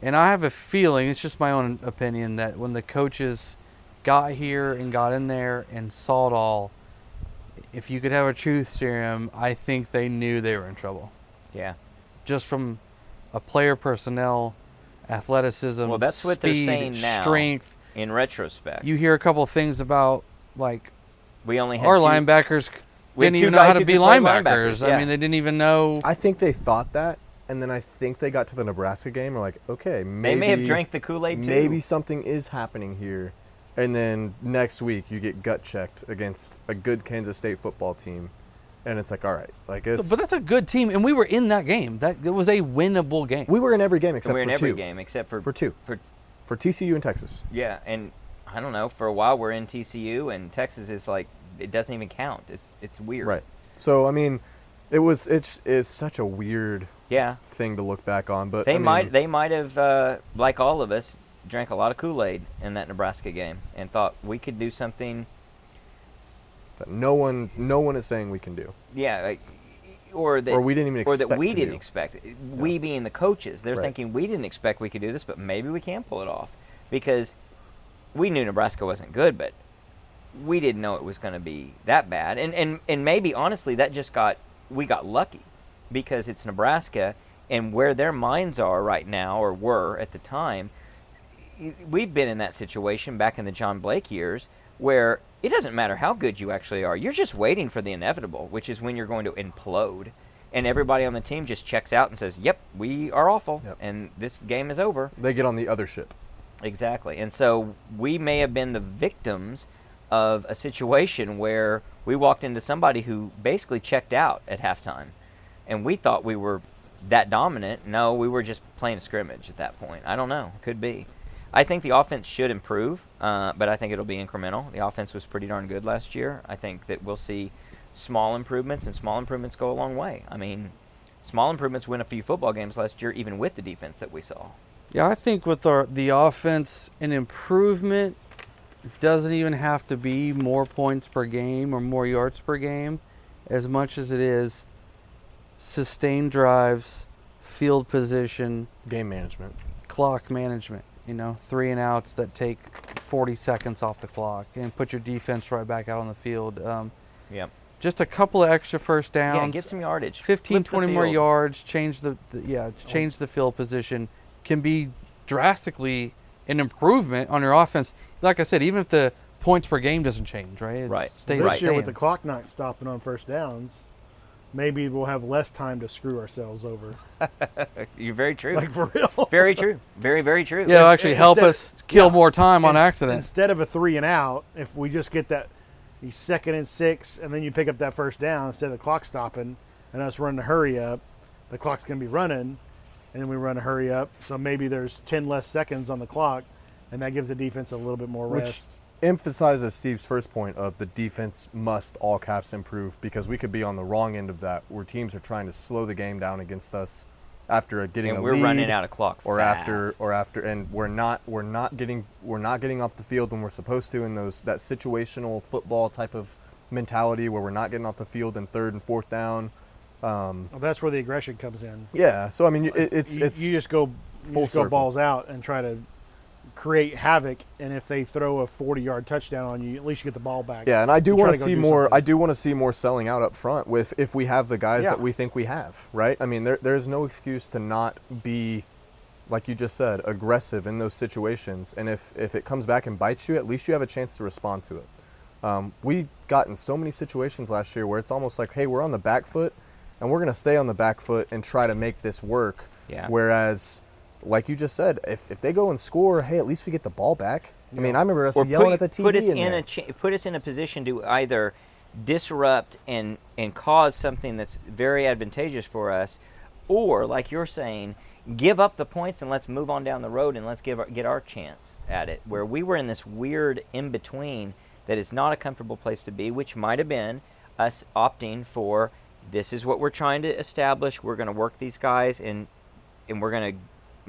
S4: And I have a feeling it's just my own opinion that when the coaches got here and got in there and saw it all, if you could have a truth serum, I think they knew they were in trouble.
S1: Yeah.
S4: Just from a player personnel, athleticism,
S1: Well, that's what they're
S4: speed,
S1: saying now.
S4: strength.
S1: In retrospect,
S4: You hear a couple things about like
S1: we only had
S4: our
S1: two-
S4: linebackers
S1: we had
S4: didn't
S1: two
S4: even know how
S1: guys
S4: to
S1: who
S4: be
S1: could play
S4: linebackers.
S1: yeah.
S4: I mean, they didn't even know.
S2: I think they thought that, and then I think they got to the Nebraska game. Or like, okay,
S1: they
S2: maybe
S1: may have drank the Kool Aid too.
S2: Maybe something is happening here, and then next week you get gut checked against a good Kansas State football team, and it's like, all right, like it's.
S4: But that's a good team, and we were in that game. That it was a winnable game.
S2: we were in every game except
S1: we're
S2: for
S1: in every
S2: two.
S1: game except for
S2: For two.
S1: For
S2: for TCU and Texas.
S1: yeah, and I don't know. For a while, we're in TCU, and Texas is like it doesn't even count. It's it's weird.
S2: Right. So I mean, it was it's it's such a weird
S1: Yeah.
S2: thing to look back on, but
S1: They
S2: I
S1: might
S2: mean,
S1: they might have uh, like all of us drank a lot of Kool Aid in that Nebraska game and thought we could do something.
S2: that no one no one is saying we can do.
S1: Yeah. Like, or that
S2: Or we didn't even
S1: or that
S2: expect
S1: we
S2: to
S1: didn't
S2: do.
S1: expect. it. We being the coaches, they're
S2: Right.
S1: thinking we didn't expect we could do this, but maybe we can pull it off because we knew Nebraska wasn't good, but we didn't know it was going to be that bad. And and and maybe honestly, that just got we got lucky because it's Nebraska and where their minds are right now or were at the time. y- We've been in that situation back in the John Blake years where it doesn't matter how good you actually are. You're just waiting for the inevitable, which is when you're going to implode. And everybody on the team just checks out and says, "Yep, we are awful,
S2: Yep.
S1: and this game is over."
S2: They get on the other ship.
S1: Exactly. And so we may have been the victims of a situation where we walked into somebody who basically checked out at halftime. And we thought we were that dominant. No, we were just playing a scrimmage at that point. I don't know. Could be. I think the offense should improve, uh, but I think it'll be incremental. The offense was pretty darn good last year. I think that we'll see small improvements, and small improvements go a long way. I mean, small improvements win a few football games last year, even with the defense that we saw.
S4: Yeah, I think with our the offense, an improvement doesn't even have to be more points per game or more yards per game, as much as it is sustained drives, field position,
S2: Game management.
S4: clock management. You know, three and outs that take 40 seconds off the clock and put your defense right back out on the field. Um,
S1: Yep.
S4: just a couple of extra first downs.
S1: Yeah, get some yardage. Flip
S4: 15,
S1: the
S4: 20 more
S1: field. Oh.
S4: yards, change the, the yeah, change the field position can be drastically an improvement on your offense. Like I said, even if the points per game doesn't change, right? It
S1: Right.
S4: Stays
S3: this
S1: Right.
S4: the
S3: year with the
S4: same.
S3: clock not stopping on first downs, maybe we'll have less time to screw ourselves over.
S1: You're very true.
S3: Like for real.
S1: very true. Very, very true.
S4: yeah, it'll actually help
S3: Instead-
S4: us kill
S3: yeah.
S4: more time on
S3: Ins-
S4: accident.
S3: Instead of a three and out, if we just get that the second and six, and then you pick up that first down instead of the clock stopping and us running a hurry up, the clock's going to be running, and then we run a hurry up. So maybe there's 10 less seconds on the clock, and that gives the defense a little bit more rest.
S2: Which emphasizes Steve's first point of the defense must all caps improve because we could be on the wrong end of that where teams are trying to slow the game down against us after getting
S1: And
S2: a
S1: we're running
S2: lead
S1: out of clock.
S2: or after
S1: fast.
S2: or after and we're not we're not getting we're not getting off the field when we're supposed to in those that situational football type of mentality where we're not getting off the field in third and fourth down.
S3: Well, that's where the aggression comes in.
S2: Yeah, so I mean it, it's
S3: you,
S2: it's
S3: you just go, you
S2: full
S3: just go
S2: circle.
S3: balls out and try to create havoc. And if they throw a 40 yard touchdown on you, at least you get the ball back.
S2: Yeah, and I do
S3: and try
S2: want
S3: to
S2: to
S3: go
S2: see
S3: do
S2: more.
S3: something.
S2: I do want to see more selling out up front with if we have the guys
S3: Yeah.
S2: that we think we have, right? I mean, there there is no excuse to not be, like you just said, aggressive in those situations. And if if it comes back and bites you, at least you have a chance to respond to it. Um, we got in so many situations last year where it's almost like, hey, we're on the back foot, and we're gonna stay on the back foot and try to make this work.
S1: Yeah.
S2: Whereas, like you just said, if, if they go and score, hey, at least we get the ball back. I mean, I remember us
S1: or
S2: yelling
S1: put,
S2: at the TV
S1: put us
S2: in
S1: in,
S2: there.
S1: a cha- put us in a position to either disrupt and and cause something that's very advantageous for us, or like you're saying, give up the points and let's move on down the road and let's give our, get our chance at it. Where we were in this weird in between that is not a comfortable place to be, which might have been us opting for this is what we're trying to establish. We're going to work these guys and and we're going to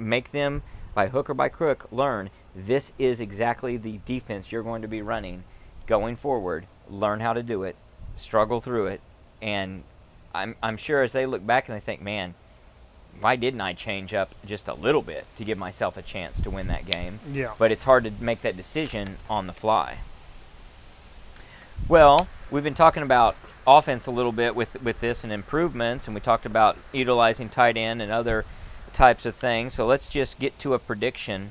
S1: make them by hook or by crook learn this is exactly the defense you're going to be running going forward learn how to do it struggle through it and i'm, I'm sure as they look back and they think man why didn't i change up just a little bit to give myself a chance to win that game
S3: Yeah.
S1: but it's hard to make that decision on the fly. Well, we've been talking about offense a little bit with with this and improvements, and we talked about utilizing tight end and other types of things. So let's just get to a prediction.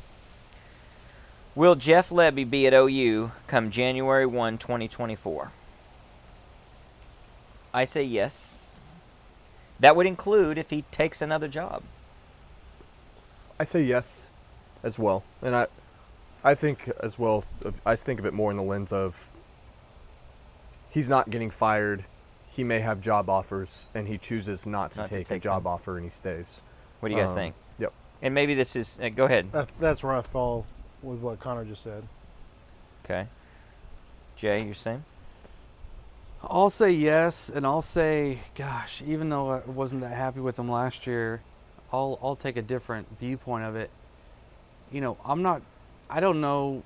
S1: Will Jeff Levy be at OU come January 1, 2024? I say yes. That would include if he takes another job.
S2: I say yes, as well, and I, I think as well. Of, I think of it more in the lens of. He's not getting fired. He may have job offers, and he chooses not to,
S1: Not to
S2: take, a
S1: take
S2: job
S1: them.
S2: offer, and he stays.
S1: What do you guys
S2: Um,
S1: think?
S2: Yep.
S1: And maybe this is uh, go ahead.
S3: That, that's where I fall with what Connor just said.
S1: Okay. Jay, you're saying?
S4: I'll say yes, and I'll say, gosh, even though I wasn't that happy with him last year, I'll I'll take a different viewpoint of it. You know, I'm not, I don't know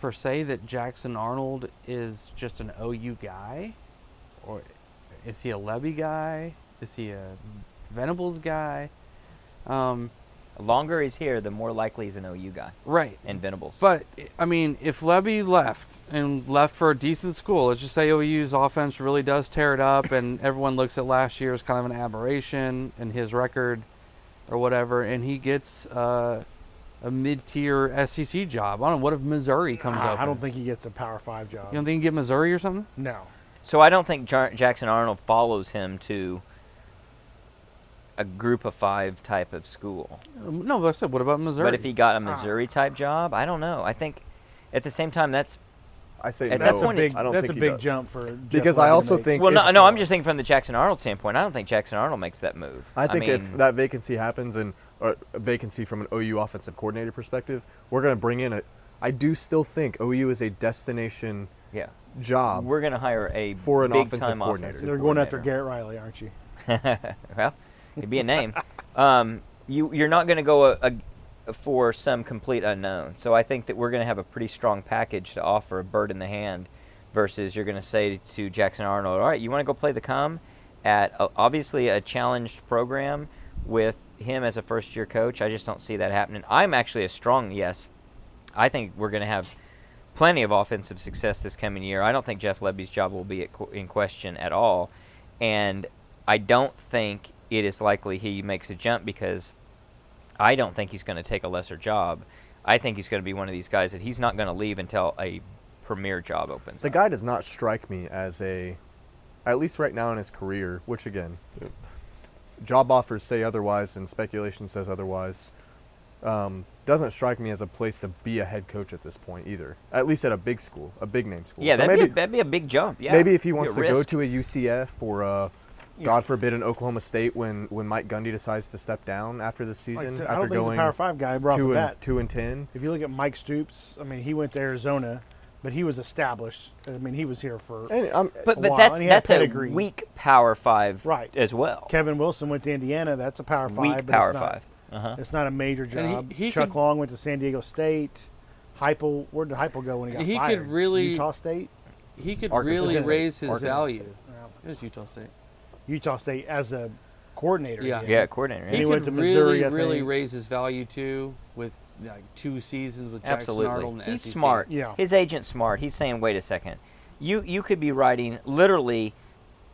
S4: per se that Jackson Arnold is just an OU guy, or is he a Levy guy? Is he a Venables guy? Um,
S1: Longer he's here, the more likely he's an OU guy
S4: right.
S1: and Venables.
S4: But I mean, if Levy left and left for a decent school, let's just say OU's offense really does tear it up, and everyone looks at last year as kind of an aberration and his record, or whatever, and he gets uh, a mid-tier SEC job. I don't. know, What if Missouri comes
S3: I,
S4: up?
S3: I don't think he gets a Power Five job.
S4: You don't think he can get Missouri or something?
S3: no.
S1: so I don't think Jar- Jackson Arnold follows him to a group of five type of school.
S4: Um, No, but I said, what about Missouri?
S1: But if he got a Missouri type job, I don't know. I think at the same time that's
S2: I say
S1: At
S2: no.
S1: that
S3: That's
S1: point,
S3: a big.
S2: I don't
S3: that's
S2: think he
S3: a big
S2: does.
S3: jump for. Jeff
S2: Because
S3: Levy
S2: I
S3: to
S2: also
S3: make.
S2: think
S1: well. No,
S2: if-
S1: no, I'm just thinking from the Jackson Arnold standpoint. I don't think Jackson Arnold makes that move.
S2: I think if
S1: mean,
S2: that vacancy happens and or a vacancy from an OU offensive coordinator perspective, we're going to bring in a. I do still think OU is a destination
S1: yeah,
S2: job.
S1: we're gonna hire a
S2: for an
S1: big
S2: offensive
S1: time
S2: coordinator.
S1: offensive
S3: they're going after
S1: coordinator.
S3: Garrett Riley, aren't you?
S1: well, it'd be a name. um, you you're not going to go a, a- for some complete unknown. So I think that we're going to have a pretty strong package to offer a bird in the hand, versus you're going to say to Jackson Arnold, all right, you want to go play the com at uh obviously a challenged program with him as a first year coach. I just don't see that happening. I'm actually a strong yes. I think we're going to have plenty of offensive success this coming year. I don't think Jeff Levy's job will be at, qu- in question at all, and I don't think it is likely he makes a jump because I don't think he's going to take a lesser job. I think he's going to be one of these guys that he's not going to leave until a premier job opens.
S2: The
S1: up.
S2: guy does not strike me as a, at least right now in his career, which again, job offers say otherwise and speculation says otherwise, um, doesn't strike me as a place to be a head coach at this point either. At least at a big school, a big name school.
S1: yeah,
S2: So
S1: that'd,
S2: maybe,
S1: be a, that'd be a big jump. Yeah,
S2: maybe if he
S1: Be a
S2: wants to go
S1: risk.
S2: to a UCF or a, God forbid, an Oklahoma State when, when Mike Gundy decides to step down after this
S3: Like
S2: season,
S3: I, said, I
S2: after
S3: don't think he's a
S2: going
S3: Power Five guy. Right off
S2: two
S3: the
S2: and
S3: bat.
S2: two and ten.
S3: If you look at Mike Stoops, I mean, he went to Arizona, but he was established. I mean, he was here for.
S2: And I'm,
S1: But
S3: a
S1: but
S3: while,
S1: that's
S3: and he had
S1: that's a
S3: pedigree.
S1: weak Power Five
S3: Right.
S1: as well.
S3: Kevin Wilson went to Indiana. That's a Power Five.
S1: weak
S3: but it's
S1: Power
S3: not-
S1: Five. Uh-huh.
S3: It's not a major
S4: he-
S3: job.
S4: he
S3: Chuck
S4: could-
S3: Long went to San Diego State. Heupel, where did Heupel go when he got
S4: He could
S3: fired?
S4: really-
S3: Utah State.
S4: He could
S2: Arkansas
S4: really
S2: State.
S4: raise his
S2: Arkansas
S4: value.
S3: Well,
S4: It was Utah State.
S3: Utah State as a coordinator.
S4: Yeah.
S3: did.
S1: Yeah, coordinator.
S4: he
S1: yeah.
S3: went
S4: could
S3: to Missouri, I
S4: really, really
S3: think.
S4: raise his value too with like two seasons with Jackson Arnold. in
S1: Absolutely.
S4: the E
S1: He's
S4: SEC.
S1: smart.
S3: Yeah.
S1: His agent's smart. He's saying, wait a second. You you could be writing literally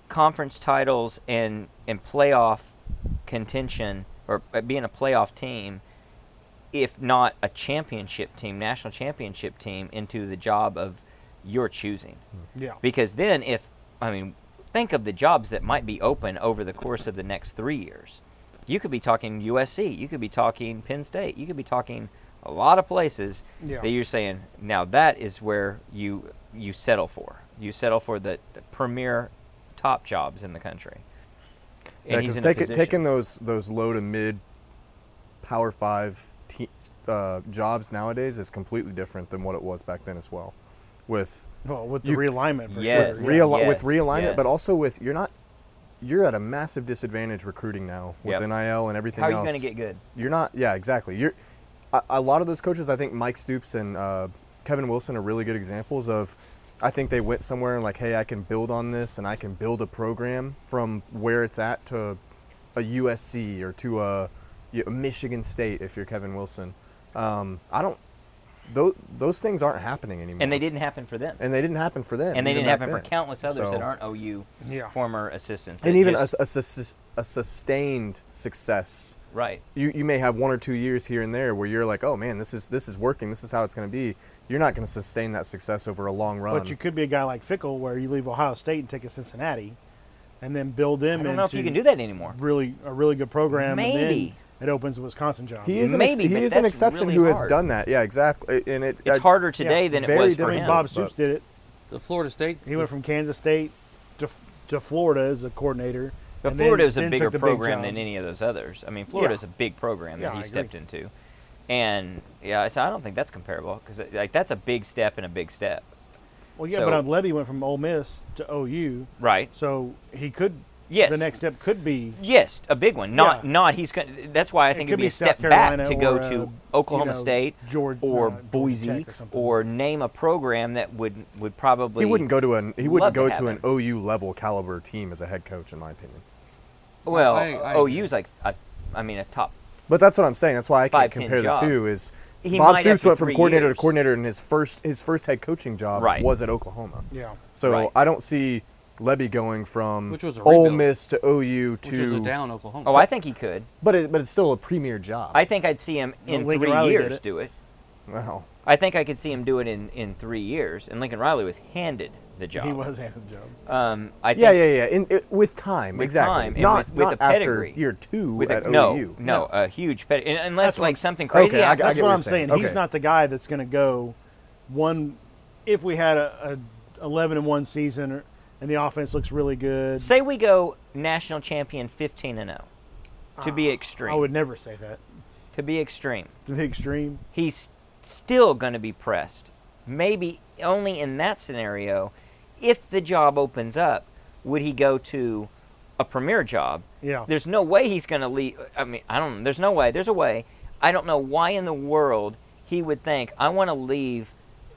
S1: conference titles and, and playoff contention or uh, being a playoff team, if not a championship team, national championship team, into the job of your choosing.
S3: Yeah.
S1: Because then, if I mean, think of the jobs that might be open over the course of the next three years. You could be talking USC. You could be talking Penn State. You could be talking a lot of places
S3: Yeah.
S1: that you're saying now that is where you you settle for. You settle for the, the premier top jobs in the country. And
S2: Yeah,
S1: he's
S2: 'cause
S1: in a
S2: taking
S1: position.
S2: taking those those low to mid power five te- uh, jobs nowadays is completely different than what it was back then as well. With
S3: Well, with the
S2: You-
S3: realignment for
S1: Yes.
S3: sure. yeah.
S2: real
S1: yes,
S2: with realignment,
S1: yes.
S2: but also with you're not you're at a massive disadvantage recruiting now with
S1: Yep.
S2: NIL and everything
S1: How are you
S2: else.
S1: going to get good?
S2: You're not. Yeah, exactly. You're a, a lot of those coaches. I think Mike Stoops and uh, Kevin Wilson are really good examples of. I think they went somewhere and like, hey, I can build on this, and I can build a program from where it's at to a USC or to a, y- Michigan State if you're Kevin Wilson. Um, I don't. Those those things aren't happening anymore.
S1: And they didn't happen for them.
S2: And they didn't happen for them.
S1: And they
S2: even
S1: didn't
S2: back
S1: happen for
S2: then.
S1: countless others
S2: So-
S1: that aren't OU
S3: Yeah.
S1: former assistants.
S2: And
S1: that
S2: even a,
S1: just-
S2: a sus- a sustained success
S1: right.
S2: you, you may have one or two years here and there where you're like, oh man, this is this is working. This is how it's going to be. You're not going to sustain that success over a long run.
S3: But you could be a guy like Fickle, where you leave Ohio State and take a Cincinnati, and then build them
S1: I don't
S3: into
S1: know if you can do that anymore.
S3: really a really good program.
S1: Maybe.
S3: and then it opens the Wisconsin job.
S2: he is an ex-
S1: Maybe, but
S2: he is an
S1: that's
S2: exception
S1: really
S2: who has
S1: hard.
S2: done that. Yeah, exactly. And it
S1: It's
S2: I-
S1: harder today
S3: yeah,
S1: than it
S2: very
S1: was for
S3: I
S2: different
S1: him.
S3: mean,
S2: Yeah.
S3: Bob
S2: But-
S3: Stoops did it.
S4: The Florida State.
S3: He went from Kansas State to to Florida as a coordinator.
S1: But
S3: and
S1: Florida
S3: then-
S1: was a
S3: then
S1: bigger
S3: took the big
S1: program
S3: job.
S1: than any of those others. I mean, Florida
S3: Yeah.
S1: is a big program
S3: Yeah,
S1: that
S3: I
S1: he
S3: agree.
S1: stepped into, and yeah, it's, I don't think that's comparable because like that's a big step and a big step,
S3: Well, yeah,
S1: So-
S3: but um, Levy went from Ole Miss to OU,
S1: right?
S3: so he could.
S1: Yes.
S3: The next step could be
S1: Yes, a big one. Not
S3: Yeah.
S1: not he's going. That's why I think
S3: could
S1: it'd be,
S3: be
S1: a step
S3: South
S1: back
S3: Carolina
S1: to go
S3: or, uh,
S1: to
S3: you
S1: Oklahoma
S3: know,
S1: State
S3: Georgia-
S1: or
S3: uh, Georgia
S1: Boise
S3: Tech or something.
S1: or name a program that would would probably
S2: he wouldn't go to an he
S1: Love
S2: wouldn't
S1: to
S2: go
S1: have
S2: to an
S1: him.
S2: OU level caliber team as a head coach, in my opinion.
S1: Well,
S4: I- I agree.
S1: OU's like a, I mean a top.
S2: But that's what I'm saying. That's why I
S1: Five,
S2: can't
S1: ten
S2: compare the
S1: job.
S2: two. Is
S1: He
S2: Bob
S1: might
S2: Stoops
S1: after
S2: went from
S1: three
S2: coordinator
S1: years.
S2: to coordinator, and his first his first head coaching job
S1: Right.
S2: was at Oklahoma.
S3: yeah.
S2: So
S1: Right.
S2: I don't see Levy going from
S4: Which was a
S2: Ole
S4: rebuild.
S2: Miss to OU to
S4: which is a down Oklahoma.
S1: Oh, I think he could.
S2: But it, but it's still a premier job.
S1: I think I'd see him in
S3: Lincoln
S1: three
S3: Riley did
S1: years
S3: it.
S1: do it.
S2: well,
S1: I think I could see him do it in, in three years. And Lincoln Riley was handed the job.
S3: He was at the job.
S1: Um, I think
S2: yeah, yeah, yeah. In, it, with time,
S1: With
S2: exactly.
S1: time and
S2: not
S1: with- with
S2: not
S1: a
S2: after
S1: pedigree.
S2: year two
S1: With
S2: at
S1: a, no,
S2: OU.
S1: no, a huge pedi- and unless
S3: That's what-
S1: like something crazy
S2: okay, I
S1: happens.
S2: get
S3: That's
S2: what
S3: what
S2: you're
S3: I'm saying.
S2: saying.
S3: He's
S2: Okay.
S3: not the guy that's going to go one. If we had a, a 11 and one season or- and the offense looks really good,
S1: Say we go national champion 15 and 0. To be extreme.
S3: Ah, I would never say that.
S1: To be extreme.
S3: To be extreme,
S1: He's still going to be pressed. Maybe only in that scenario, if the job opens up, would he go to a premier job
S3: yeah.
S1: There's no way he's going to leave. I mean, I don't. There's no way. There's a way. I don't know why in the world he would think I want to leave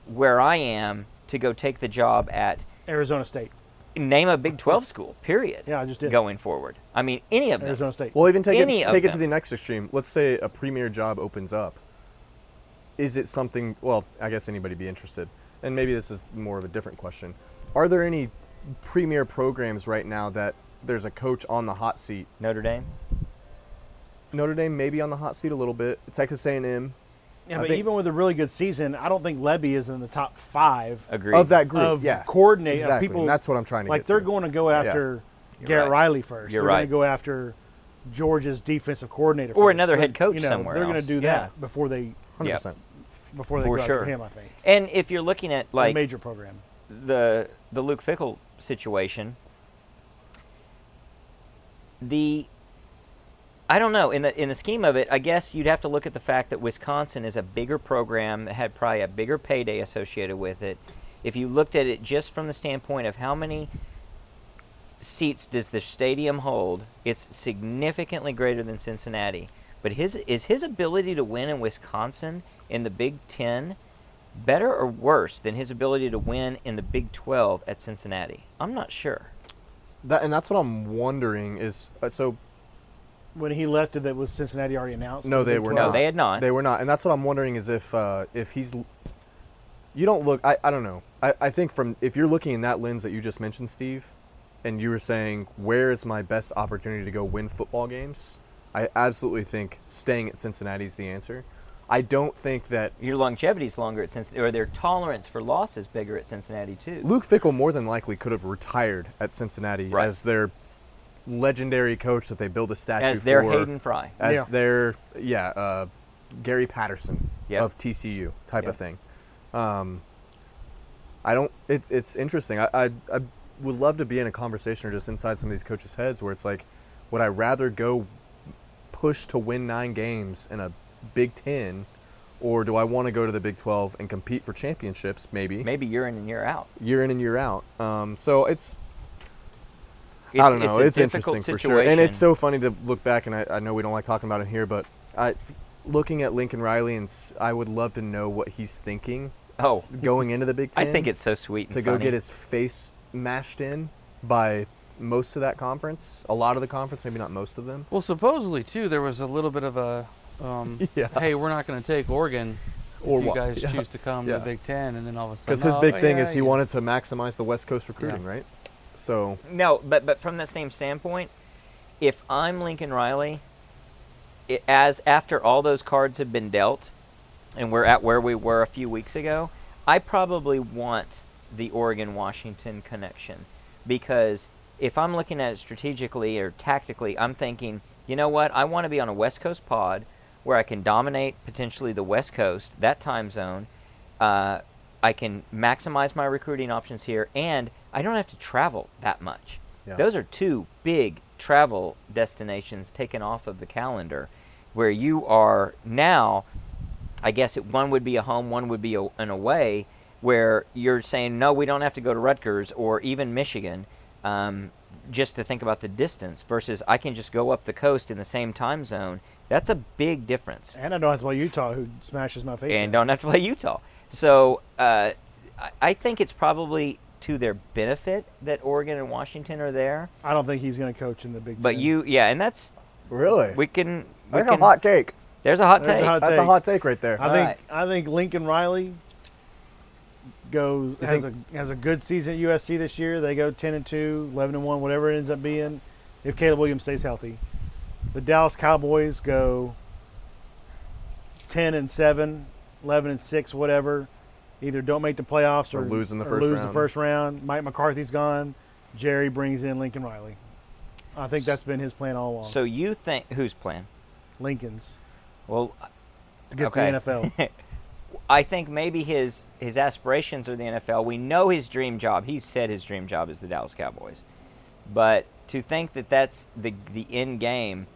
S1: where I am to go take the job at
S3: Arizona State.
S1: name a Big 12 school. Period.
S3: Yeah, I just did.
S1: Going forward, I mean, any of them.
S3: Arizona State.
S2: Well, even take
S1: Any
S2: it
S1: of
S2: take it to
S1: them.
S2: the next extreme. Let's say a premier job opens up. Is it something? Well, I guess anybody be interested. And maybe this is more of a different question. Are there any premier programs right now that there's a coach on the hot seat
S1: Notre Dame.
S2: Notre Dame may be on the hot seat a little bit. Texas A&M
S3: yeah,
S2: I
S3: but
S2: think-
S3: even with a really good season, I don't think Levy is in the top five
S1: Agreed.
S2: of that group.
S3: of
S2: yeah,
S3: coordinate- of
S2: exactly.
S3: people-
S2: and that's what I'm trying to
S3: like
S2: get
S3: they're
S2: to.
S3: going to go after Garrett
S1: right.
S3: Riley
S1: You're
S3: 1st they're
S1: right.
S3: going to go after Georgia's defensive coordinator,
S1: Or
S3: first.
S1: another
S3: They're-
S1: head coach
S3: you know,
S1: somewhere
S3: They're going
S1: else.
S3: to do
S1: Yeah.
S3: that before they
S2: 100%.
S3: before they
S1: For
S3: go
S1: sure.
S3: after him. I think
S1: And if you're looking at
S3: a
S1: like
S3: major program.
S1: the the Luke Fickle situation, the I don't know in the in the scheme of it. I guess you'd have to look at the fact that Wisconsin is a bigger program that had probably a bigger payday associated with it. If you looked at it just from the standpoint of how many seats does the stadium hold, it's significantly greater than Cincinnati. But his is his ability to win in Wisconsin in the Big Ten better or worse than his ability to win in the Big 12 at Cincinnati? I'm not sure.
S2: That, and that's what I'm wondering is uh, so
S3: when he left, did that was Cincinnati already announced?
S2: No,
S3: the
S2: they
S3: Big
S2: were
S3: 12?
S1: No, they had not.
S2: They were not, and that's what I'm wondering is if uh, if he's. l- You don't look. I, I don't know. I, I think from if you're looking in that lens that you just mentioned, Steve, and you were saying where is my best opportunity to go win football games, I absolutely think staying at Cincinnati is the answer. I don't think that
S1: Your longevity's longer at Cincinnati, or their tolerance for loss is bigger at Cincinnati too.
S2: Luke Fickle more than likely could have retired at Cincinnati
S1: Right.
S2: as their legendary coach that they build a statue
S1: as their
S2: for.
S1: Hayden Fry.
S2: as
S3: Yeah.
S2: their yeah uh, Gary Patterson
S1: Yep.
S2: of TCU type
S1: Yep.
S2: of thing. Um, I don't. It, it's interesting. I, I I would love to be in a conversation or just inside some of these coaches' heads where it's like, would I rather go push to win nine games in a Big Ten, or do I want to go to the Big Twelve and compete for championships? Maybe,
S1: Maybe year in and year out.
S2: year in and year out. Um, so it's
S1: It's,
S2: I don't know.
S1: a
S2: It's,
S1: difficult
S2: interesting for
S1: situation.
S2: sure, and it's so funny to look back. And I, I know we don't like talking about it here, but I, looking at Lincoln Riley, and s- I would love to know what he's thinking.
S1: Oh.
S2: s- going into the Big
S1: I
S2: Ten.
S1: think it's so sweet. And
S2: to go
S1: funny.
S2: get his face mashed in by most of that conference, a lot of the conference, maybe not most of them.
S4: Well, supposedly too, there was a little bit of a, um,
S2: Yeah.
S4: hey, we're not going to take Oregon
S2: Or
S4: if you
S2: what-
S4: guys
S2: yeah.
S4: choose to come
S2: Yeah.
S4: to the Big Ten, and then all of a sudden,
S2: Because his
S4: oh,
S2: big thing
S4: yeah,
S2: is he
S4: yeah.
S2: wanted to maximize the West Coast recruiting, right? So
S1: No, but but from that same standpoint, if I'm Lincoln Riley, it, as after all those cards have been dealt, and we're at where we were a few weeks ago, I probably want the Oregon Washington connection because if I'm looking at it strategically or tactically, I'm thinking, you know what? I want to be on a West Coast pod where I can dominate potentially the West Coast, that time zone. Uh, I can maximize my recruiting options here, and I don't have to travel that much.
S2: Yeah.
S1: Those are two big travel destinations taken off of the calendar where you are now I guess it, one would be a home, one would be a, an away, where you're saying, no, we don't have to go to Rutgers or even Michigan um, just to think about the distance versus I can just go up the coast in the same time zone. That's a big difference.
S3: And I don't have to play Utah, who smashes my face.
S1: And
S3: in.
S1: don't have to play Utah. So uh, I, I think it's probably to their benefit that Oregon and Washington are there.
S3: I don't think he's going to coach in the Big.
S1: But
S3: Ten.
S1: you, yeah, and that's,
S2: really,
S1: we can. We
S2: there's
S1: can
S2: a hot take.
S1: there's a hot
S3: There's a
S1: take.
S3: hot
S2: That's a
S3: take.
S2: hot take right there.
S3: I
S1: All
S3: think
S1: right.
S3: I think Lincoln Riley goes
S2: You
S3: has a has a good season at USC this year. They go 10 and 2, 11 and 1, whatever it ends up being if Caleb Williams stays healthy. The Dallas Cowboys go 10 and 7, 11 and 6, whatever. Either don't make the playoffs or,
S2: Or lose in the
S3: or
S2: first
S3: lose the
S2: round.
S3: first round. Mike McCarthy's gone. Jerry brings in Lincoln Riley. I think that's been his plan all along.
S1: So you think, who's plan?
S3: Lincoln's
S1: Well,
S3: to get
S1: Okay.
S3: to the NFL.
S1: I think maybe his his aspirations are the NFL. We know his dream job. He said his dream job is the Dallas Cowboys, but to think that that's the the end game,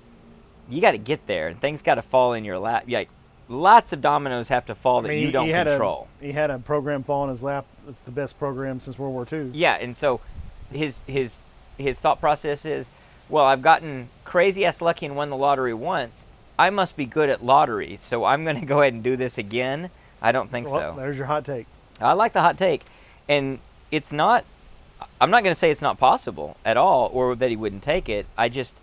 S1: you got to get there, and things got to fall in your lap. Like lots of dominoes have to fall
S3: I
S1: that
S3: mean,
S1: you don't
S3: had
S1: control.
S3: A, he had a program fall in his lap. It's the best program since World War II.
S1: Yeah, and so his his his thought process is, well, I've gotten crazy ass lucky and won the lottery once. I must be good at lottery, so I'm going to go ahead and do this again. I don't think
S3: well,
S1: so.
S3: there's your hot take.
S1: I like the hot take, and it's not. I'm not going to say it's not possible at all, or that he wouldn't take it. I just,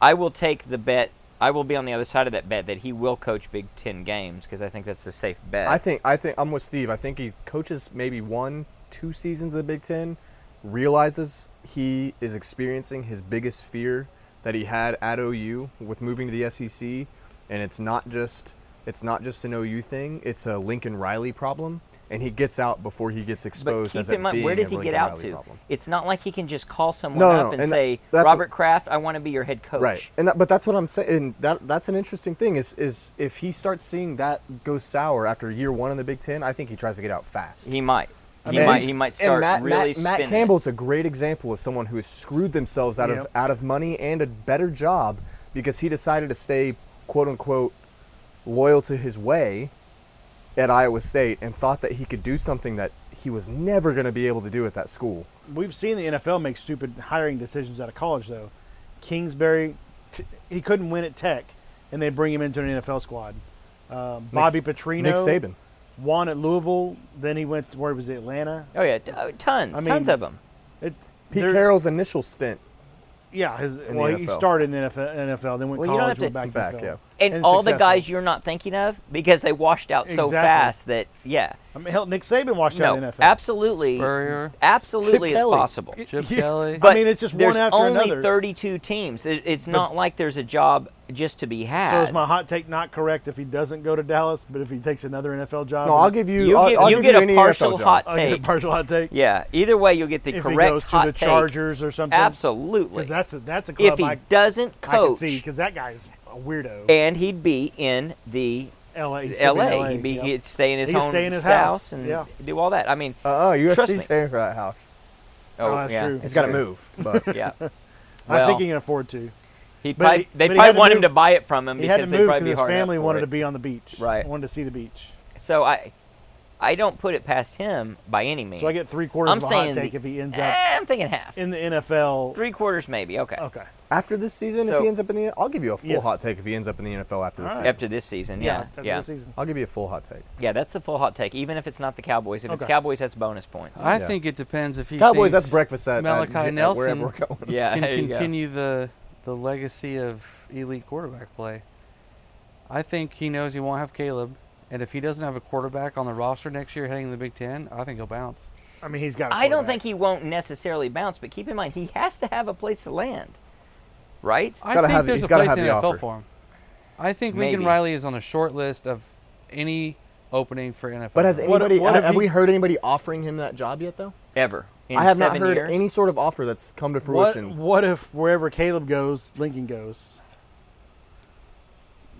S1: I will take the bet. I will be on the other side of that bet that he will coach Big Ten games because I think that's the safe bet.
S2: I think I think I'm with Steve. I think he coaches maybe one, two seasons of the Big Ten, realizes he is experiencing his biggest fear that he had at OU with moving to the SEC, and it's not just it's not just an OU thing. It's a Lincoln Riley problem, and he gets out before he gets
S1: but
S2: exposed
S1: keep
S2: as it
S1: in mind,
S2: being
S1: where does
S2: a
S1: he
S2: Lincoln
S1: get out
S2: Riley
S1: to?
S2: problem.
S1: It's not like he can just call someone
S2: No, no,
S1: up
S2: no,
S1: and,
S2: and uh,
S1: say,
S2: that's-
S1: "Robert Kraft, I want to be your head coach."
S2: Right, and that, but that's what I'm saying. and That that's an interesting thing. Is is if he starts seeing that go sour after year one in the Big Ten, I think he tries to get out fast.
S1: He might. He
S2: And-
S1: might. He might start
S2: and Matt,
S1: really
S2: Matt, Matt
S1: spinning.
S2: Campbell's a great example of someone who has screwed themselves out of
S3: Yep.
S2: out of money and a better job because he decided to stay quote unquote loyal to his way at Iowa State and thought that he could do something that he was never going to be able to do at that school.
S3: We've seen the NFL make stupid hiring decisions out of college, though. Kingsbury, t- he couldn't win at Tech, and they bring him into an NFL squad. Um,
S2: Nick S-
S3: Bobby Petrino,
S2: Nick Saban.
S3: won at Louisville. Then he went to where was it, Atlanta?
S1: Oh yeah, t- oh, tons,
S3: I mean,
S1: tons of them.
S3: It,
S2: Pete
S3: there-
S2: Carroll's initial stint
S3: yeah, his,
S2: the
S3: well, he
S2: NFL.
S3: started in NFL, NFL then went
S1: Well, you don't
S3: college,
S1: have to-
S3: went back to
S2: Back,
S3: NFL.
S2: yeah.
S1: And,
S3: And
S1: all the
S3: successful.
S1: guys you're not thinking of because they washed out so
S3: Exactly.
S1: fast that yeah,
S3: I mean, hell, Nick Saban watched out
S1: no,
S3: in NFL.
S1: absolutely,
S4: Spurrier,
S1: absolutely,
S3: Chip
S1: it's
S3: Kelly.
S1: possible.
S3: It-
S4: Chip
S3: yeah.
S4: Kelly.
S1: But
S3: I mean, it's just
S1: there's
S3: one after
S1: only
S3: another.
S1: 32 teams. It, it's not like there's a job just to be had.
S3: So is my hot take not correct if he doesn't go to Dallas, but if he takes another NFL job?
S2: No, I'll give you.
S1: You
S2: I'll,
S1: get-
S2: I'll
S1: you
S2: give
S1: get
S2: you
S1: a
S2: any
S1: partial
S2: NFL job.
S1: hot-
S3: I'll get
S1: take.
S3: a partial hot take.
S1: yeah. Either way, you'll get the
S3: if
S1: correct
S3: he goes to
S1: hot
S3: the
S1: take.
S3: Chargers or something.
S1: Absolutely.
S3: Because that's a, that's a club
S1: if he
S3: I,
S1: doesn't
S3: I can
S1: coach,
S3: see because that guy's a weirdo.
S1: and he'd be in the
S3: LA,
S1: LA.
S3: he's still in LA.
S1: He'd be
S3: yep.
S1: he'd stay in his
S3: He could
S1: home
S3: stay in his house,
S1: and
S3: yeah.
S1: do all that. I mean,
S2: Uh, uh,
S1: Trust me.
S2: USC's paying for that house.
S1: oh,
S3: Oh, that's
S1: yeah,
S3: true.
S2: It's got to move, but
S1: Yeah,
S3: I
S1: well-
S3: think he can afford to.
S1: he
S3: But
S1: probably,
S3: he-
S1: they
S3: but he had
S1: probably
S3: to
S1: want him
S3: move-
S1: to buy it from him
S3: He
S1: because
S3: had to
S1: they'd
S3: move
S1: probably
S3: because
S1: be
S3: his
S1: hard up
S3: family
S1: for
S3: wanted
S1: it.
S3: to be on the beach.
S1: Right.
S3: Wanted to see the beach.
S1: So I, I don't put it past him by any means.
S3: So I get three quarters
S1: I'm
S3: of a
S1: saying
S3: hot
S1: the-
S3: take if he ends up
S1: Eh, I'm thinking half,
S3: in Oh, the NFL.
S1: three quarters maybe. Okay,
S3: Okay.
S2: after this season, if
S1: So-
S2: he ends up in the, I'll give you a full
S3: Yes.
S2: hot take if he ends up in the NFL after this
S3: All
S2: season.
S3: right.
S1: after this season, yeah,
S3: after
S1: yeah,
S3: the season.
S2: I'll give you a full hot take.
S1: yeah. That's the full hot take. Even if it's not the Cowboys, if it's
S3: Okay.
S1: Cowboys, that's bonus points.
S4: I
S2: Yeah.
S4: think it depends if he
S2: Cowboys,
S4: thinks
S2: that's breakfast at,
S4: Malachi
S2: at, at
S4: Nelson
S2: wherever we're going.
S1: yeah,
S4: can
S1: there you go.
S4: continue the the legacy of elite quarterback play. I think he knows he won't have Caleb, and if he doesn't have a quarterback on the roster next year heading the Big Ten, I think he'll bounce.
S3: I mean, he's got. I
S1: I don't think he won't necessarily bounce, but keep in mind he has to have a place to land, right?
S4: I
S2: gotta
S4: think
S2: have-
S4: there's
S2: he's
S4: a
S2: gotta
S4: place
S2: have
S4: in
S2: the
S4: the NFL
S2: offer.
S4: for him. I think Lincoln
S1: Maybe.
S4: Riley is on a short list of any opening for NFL.
S2: But has
S4: talent.
S3: What-
S2: anybody
S3: what
S2: have,
S3: if he-
S2: we heard anybody offering him that job yet though?
S1: Ever. In
S2: I have not
S1: seven
S2: heard
S1: years?
S2: any sort of offer that's come to
S3: What,
S2: fruition.
S3: what if wherever Caleb goes, Lincoln goes?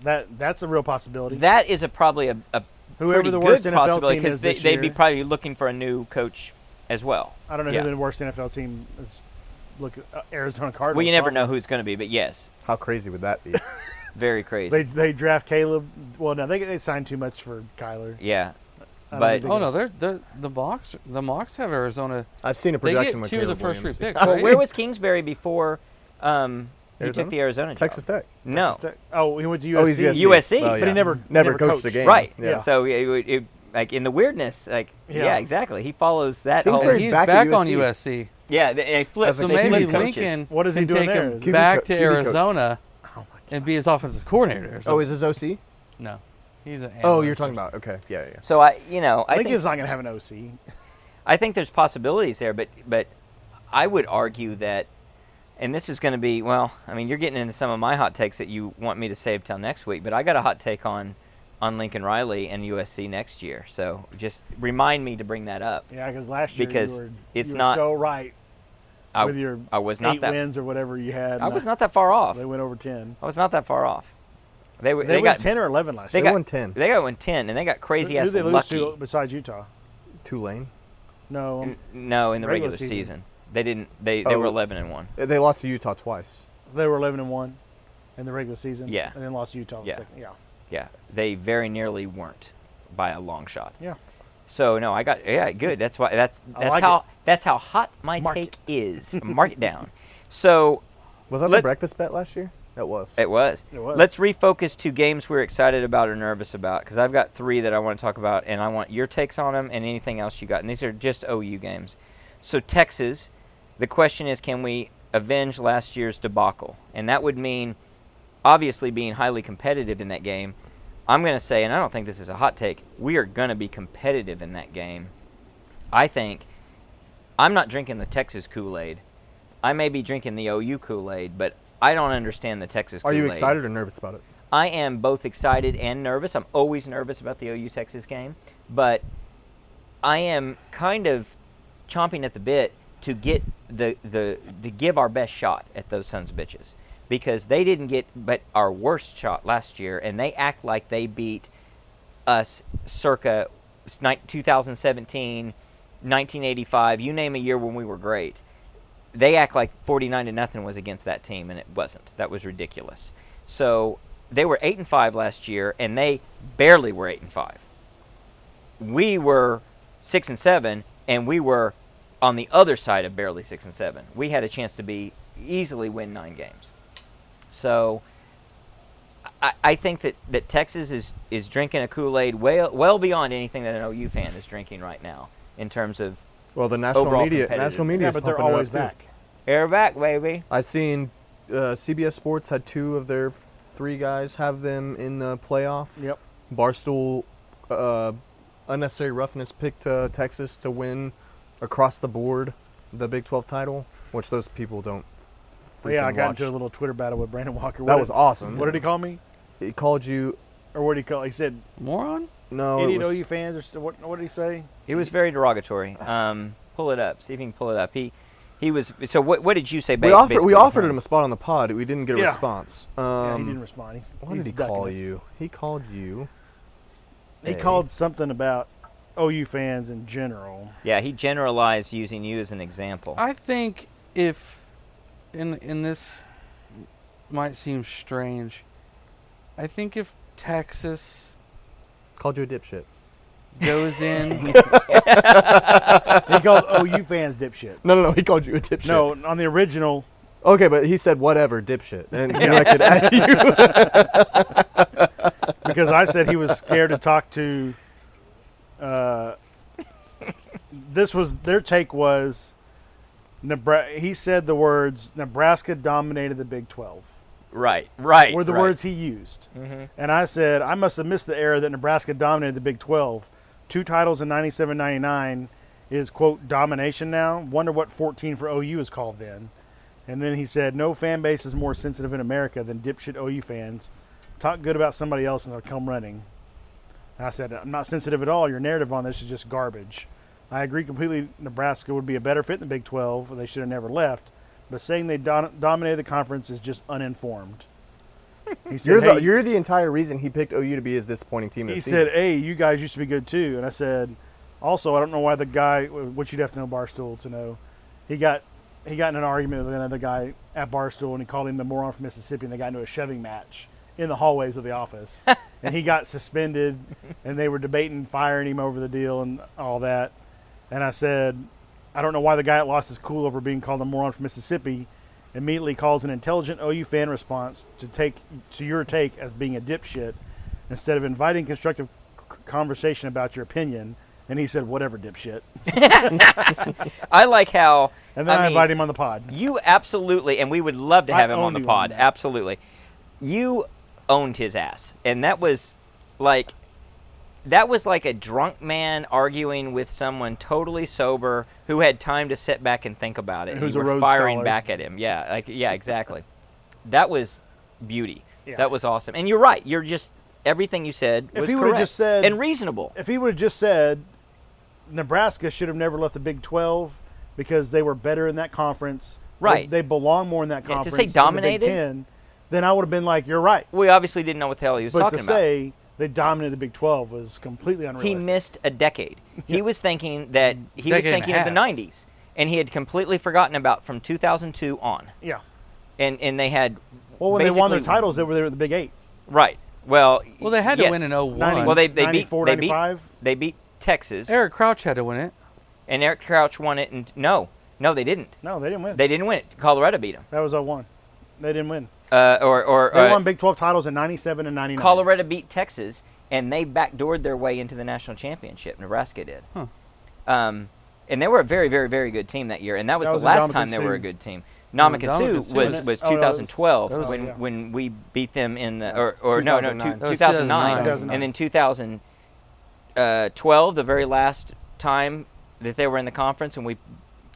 S3: That that's a real possibility.
S1: That is a probably a, a
S3: Whoever
S1: pretty
S3: the worst
S1: good
S3: NFL
S1: possibility
S3: team is
S1: they,
S3: this
S1: they'd
S3: year,
S1: be probably looking for a new coach as well.
S3: I don't know
S1: yeah.
S3: who the worst NFL team is. Look, uh, Arizona Cardinals.
S1: Well, you never
S3: probably.
S1: know who it's going to be, but yes,
S2: How crazy would that be?
S1: very crazy.
S3: They they draft Caleb. Well, no, they they signed too much for Kyler.
S1: yeah,
S3: I don't
S1: But-
S3: think
S4: Oh no, they're, they're the mocks. The mocks have Arizona.
S2: I've seen a
S4: They get
S2: projection with
S4: two of the
S2: Caleb
S4: first
S2: Williams.
S4: three picks,
S2: I've
S1: Well,
S4: right?
S2: seen-
S1: where was Kingsbury before um, he took
S2: Arizona?
S1: the Arizona job?
S2: Texas Tech?
S1: No,
S3: Texas Tech- Oh, he went to USC.
S2: Oh, he's USC.
S1: USC.
S2: Oh,
S1: But
S3: he
S2: yeah.
S3: never- never
S2: coached a
S3: coached.
S2: game.
S1: right.
S2: Yeah.
S1: So it, would- it- like in the weirdness, like yeah,
S3: Yeah.
S1: exactly. He follows that.
S4: And
S2: Kingsbury's
S1: Whole,
S4: he's
S2: back
S4: back,
S2: at
S4: on
S2: USC.
S4: USC.
S1: yeah, they, they flip.
S2: That's
S4: So
S2: what they
S4: maybe
S2: do. coaches.
S4: Lincoln
S3: What is he
S4: can
S3: doing
S4: take
S3: there? Oh
S4: him
S3: Is
S2: he-
S4: back
S2: QB
S4: to
S2: coach.
S4: Arizona and be his offensive coordinator. or
S2: Oh,
S4: something.
S2: is his OC?
S4: no, he's an.
S2: Oh,
S4: analyst
S2: you're
S4: or
S2: talking about okay. Yeah, yeah. yeah.
S1: So I, you know, I think
S3: Lincoln's not going to have an OC.
S1: I think there's possibilities there, but but I would argue that, and this is going to be well. I mean, you're getting into some of my hot takes that you want me to save till next week, but I got a hot take on on Lincoln Riley and USC next year. So just remind me to bring that up.
S3: Yeah, because last year
S1: Because
S3: you were,
S1: it's
S3: you were
S1: not-
S3: so right
S1: I,
S3: with your
S1: I was not
S3: eight
S1: that.
S3: wins or whatever you had.
S1: I
S3: and
S1: was not that far off.
S3: They went over ten.
S1: I was not that far off. They were
S3: They,
S1: they,
S3: went
S1: got
S3: ten or eleven last
S1: they
S2: They
S3: year.
S1: got-
S2: won ten.
S1: they got one ten, and they got
S3: Who
S1: crazy
S3: who
S1: ass
S3: did they lose
S1: lucky. Mm.
S3: to besides Utah?
S2: Tulane.
S3: No, um,
S1: N- no, in the regular,
S3: Regular
S1: season.
S3: season.
S1: they didn't. They they were
S2: Oh.
S1: eleven and one.
S2: They- They lost to Utah twice.
S3: they were eleven and one in the regular season.
S1: Yeah.
S3: and then lost to Utah. in the
S1: Yeah.
S3: second. yeah,
S1: Yeah, they very nearly weren't by a long shot.
S3: yeah.
S1: So no, I got yeah, good. That's why that's
S3: I
S1: that's
S3: like
S1: how
S3: it.
S1: that's how hot my
S3: Mark
S1: take is. Mark it down. So
S2: Was that
S1: Let's-
S2: the breakfast bet last year? It was.
S1: it was.
S3: It was.
S1: Let's refocus to games we're excited about or nervous about because I've got three that I want to talk about and I want your takes on them and anything else you got. And these are just OU games. So Texas, the question is, can we avenge last year's debacle? And that would mean, obviously, being highly competitive in that game. I'm going to say, and I don't think this is a hot take, we are going to be competitive in that game. I think I'm not drinking the Texas Kool Aid. I may be drinking the OU Kool Aid, but I don't understand the Texas
S2: Are
S1: Kool Aid.
S2: you excited or nervous about it?
S1: I am both excited and nervous. I'm always nervous about the OU Texas game, but I am kind of chomping at the bit to get the the to give our best shot at those sons of bitches because they didn't get but our worst shot last year, and they act like they beat us circa s- ni- 2017, 1985. You name a year when we were great. They act like 49 to nothing was against that team, and it wasn't. That was ridiculous. So they were eight and five last year, and they barely were eight and five. We were six and seven, and we were on the other side of barely six and seven. We had a chance to be easily win nine games. So I, I think that, that Texas is, is drinking a Kool Aid well well beyond anything that an OU fan is drinking right now in terms of
S2: Well, the national
S1: Overall
S2: media,
S1: competitive.
S2: national media
S3: Yeah,
S2: is
S3: but they're
S2: pumping it
S3: always
S2: up, too.
S3: back.
S1: Air back, baby.
S2: I seen uh, CBS Sports had two of their f- three guys have them in the playoff.
S3: Yep.
S2: Barstool uh, unnecessary roughness picked uh, Texas to win across the board the Big 12 title, which those people don't.
S3: But yeah, I
S2: freaking
S3: got
S2: watch.
S3: into a little Twitter battle with Brandon Walker.
S2: That
S3: What
S2: was
S3: did-
S2: awesome.
S3: What did he call me?
S2: He called you.
S3: Or what did he call? He said,
S4: Moron?
S2: No,
S3: "Any
S2: Oh, it was,
S3: OU fans?" Or st- what? What did he say?
S1: It was very derogatory. Um, pull it up. See if you can pull it up. He, he was. So what? What did you say?
S2: we
S1: ba-
S2: offered
S1: basically
S2: we
S1: to
S2: offered
S1: him?
S2: him a spot on the pod. We didn't get a
S3: Yeah.
S2: response. Um,
S3: yeah, he didn't respond. He's,
S2: What
S3: he's
S2: did he
S3: ducking
S2: call
S3: us.
S2: you? He called you.
S3: He
S2: Hey.
S3: called something about OU fans in general.
S1: Yeah, he generalized using you as an example.
S4: I think if in in this might seem strange. I think if Texas
S2: Called you a dipshit.
S4: goes in
S3: He called OU fans dipshits.
S2: No, no, no. He called you a dipshit.
S3: no. On the original,
S2: Okay, but he said whatever, dipshit, and directed at you.
S3: because I said he was scared to talk to. Uh, this was their take was, Nebraska. He said the words Nebraska dominated the Big Twelve
S1: right. Right.
S3: were the
S1: right.
S3: words he used,
S1: Mm-hmm.
S3: and I said I must have missed the era that Nebraska dominated the Big Twelve. Two titles in 97-99 is quote domination now. Wonder what fourteen for OU is called then. And then he said, "No fan base is more sensitive in America than dipshit OU fans. Talk good about somebody else and they'll come running." And I said, "I'm not sensitive at all. Your narrative on this is just garbage. I agree completely. Nebraska would be a better fit in the Big 12. or They should have never left. But saying they don- dominated the conference is just uninformed." He said,
S2: You're the
S3: "Hey,
S2: you're the entire reason he picked OU to be his disappointing team.
S3: he
S2: This
S3: said,
S2: season.
S3: "Hey, you guys used to be good too." And I said, "Also, I don't know why the guy, which you'd have to know Barstool to know, he got he got in an argument with another guy at Barstool, and he called him the moron from Mississippi, and they got into a shoving match in the hallways of the office, and he got suspended, and they were debating firing him over the deal and all that." And I said, "I don't know why the guy that lost his cool over being called a moron from Mississippi." Immediately calls an intelligent OU fan response to take to your take as being a dipshit, instead of inviting constructive c- conversation about your opinion. And he said, whatever, dipshit.
S1: I like how
S3: And then I,
S1: mean,
S3: invited him on the pod.
S1: You absolutely, and we would love to
S3: I
S1: have him on
S3: owned
S1: the
S3: you on
S1: pod.
S3: that.
S1: absolutely, you owned his ass, and that was like that was like a drunk man arguing with someone totally sober who had time to sit back and think about it.
S3: And
S1: and
S3: who's
S1: you
S3: a
S1: were
S3: Rhodes
S1: firing
S3: Scholar.
S1: back at him. Yeah, like yeah, exactly. that was beauty.
S3: Yeah.
S1: That was awesome. And you're right. You're just everything you said
S3: If
S1: was
S3: he would've
S1: correct
S3: just said-
S1: and reasonable.
S3: If he would have just said, Nebraska should have never left the Big 12 because they were better in that conference. They-
S1: Right.
S3: They, belong more in that
S1: Yeah, to
S3: conference.
S1: say
S3: than the Big
S1: dominated?
S3: 10, then I would have been like, you're right.
S1: We obviously didn't know what the hell he was
S3: But
S1: talking
S3: to
S1: about.
S3: say they dominated the Big 12 was completely
S1: he
S3: unrealistic.
S1: missed a decade. He was thinking that he was
S4: Decade and a
S1: thinking of the
S4: half.
S1: 90s, and he had completely forgotten about from 2002 on.
S3: Yeah.
S1: And and they had
S3: Well, when they won their
S1: basically-
S3: titles, they were there at the Big 8.
S1: right. Well,
S4: Well, they had to
S1: yes.
S4: win in 01.
S3: 90
S1: Well, they they beat
S3: 94,
S1: they beat
S3: 95.
S1: they beat Texas,
S4: Eric Crouch had to win it.
S1: and Eric Crouch won it. And no, no, they didn't.
S3: No, they didn't win.
S1: They didn't win it. Colorado beat them,
S3: that was 01. They didn't win.
S1: uh, or or
S3: They
S1: uh,
S3: won Big 12 titles in 97 and 99.
S1: Colorado beat Texas, and they backdoored their way into the national championship. Nebraska did.
S4: Huh.
S1: Um, and they were a very, very, very good team that year, and that was
S3: That
S1: the
S3: was
S1: last
S3: Ndamukong
S1: time they were a
S3: Suh.
S1: good team.
S4: Ndamukong
S1: Namakusu
S4: Suh,
S1: was
S4: wasn't it?
S1: was
S3: Oh, that was-
S1: 2012
S4: that was-
S1: when
S3: yeah.
S1: when we beat them in the
S2: That
S1: or
S2: was
S1: or no no two-
S2: 2009.
S4: That was
S1: 2009
S3: 2009.
S1: and then 2012 the very last time that they were in the conference and we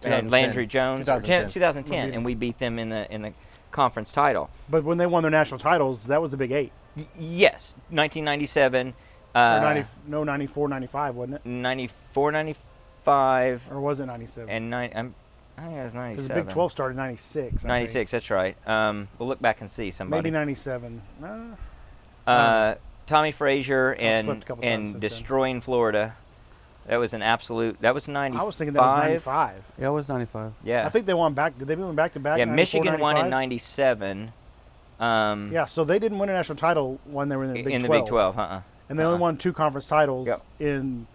S1: and
S2: 2010.
S1: Landry Jones or 10
S2: 2010.
S1: 2010
S3: We beat
S1: and we beat them in the in the conference title.
S3: But when they won their national titles, that was the Big Eight.
S1: Y- yes, 1997
S3: Or
S1: uh,
S3: 90, no, 94, 95, wasn't it?
S1: 94, 95,
S3: Or was it 97?
S1: and nine. I'm, I think it was
S3: Because
S1: 97.
S3: the Big 12 started in 96. I think.
S1: 96. That's right. Um, we'll look back and see somebody.
S3: Maybe 97. Uh,
S1: uh, Tommy Frazier
S3: slept
S1: and
S3: a couple times
S1: and
S3: since then.
S1: destroying Florida. That was an absolute. That was 95.
S3: I was thinking that was 95.
S4: Yeah, it was 95.
S1: Yeah.
S3: I think they won back. Did they win back to back?
S1: yeah.
S3: 94,
S1: Michigan won in
S3: 95?
S1: 97. Um,
S3: Yeah, so they didn't win a national title when they were in the
S1: i-
S3: Big
S1: in
S3: 12.
S1: the Big 12. Uh. uh
S3: And they only
S1: Uh-huh.
S3: won two conference titles
S1: Yep.
S3: in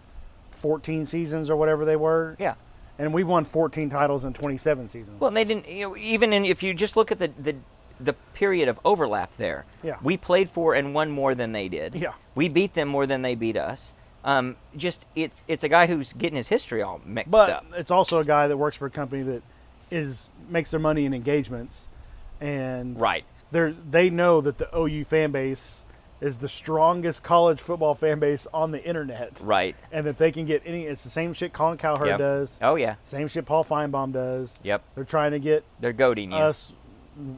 S3: 14 seasons or whatever they were.
S1: Yeah.
S3: And we won 14 titles in 27 seasons.
S1: Well, and they didn't. You know, even in, if you just look at the the the period of overlap there,
S3: Yeah.
S1: we played for and won more than they did.
S3: Yeah.
S1: we beat them more than they beat us. Um, just it's it's a guy who's getting his history all mixed
S3: But
S1: up.
S3: it's also a guy that works for a company that is makes their money in engagements, and
S1: Right.
S3: they they know that the OU fan base is the strongest college football fan base on the internet,
S1: Right.
S3: and that they can get any. It's the same shit Colin Cowherd
S1: Yep.
S3: does,
S1: Oh yeah.
S3: same shit Paul Feinbaum does.
S1: Yep.
S3: They're trying to get
S1: They're goading you.
S3: us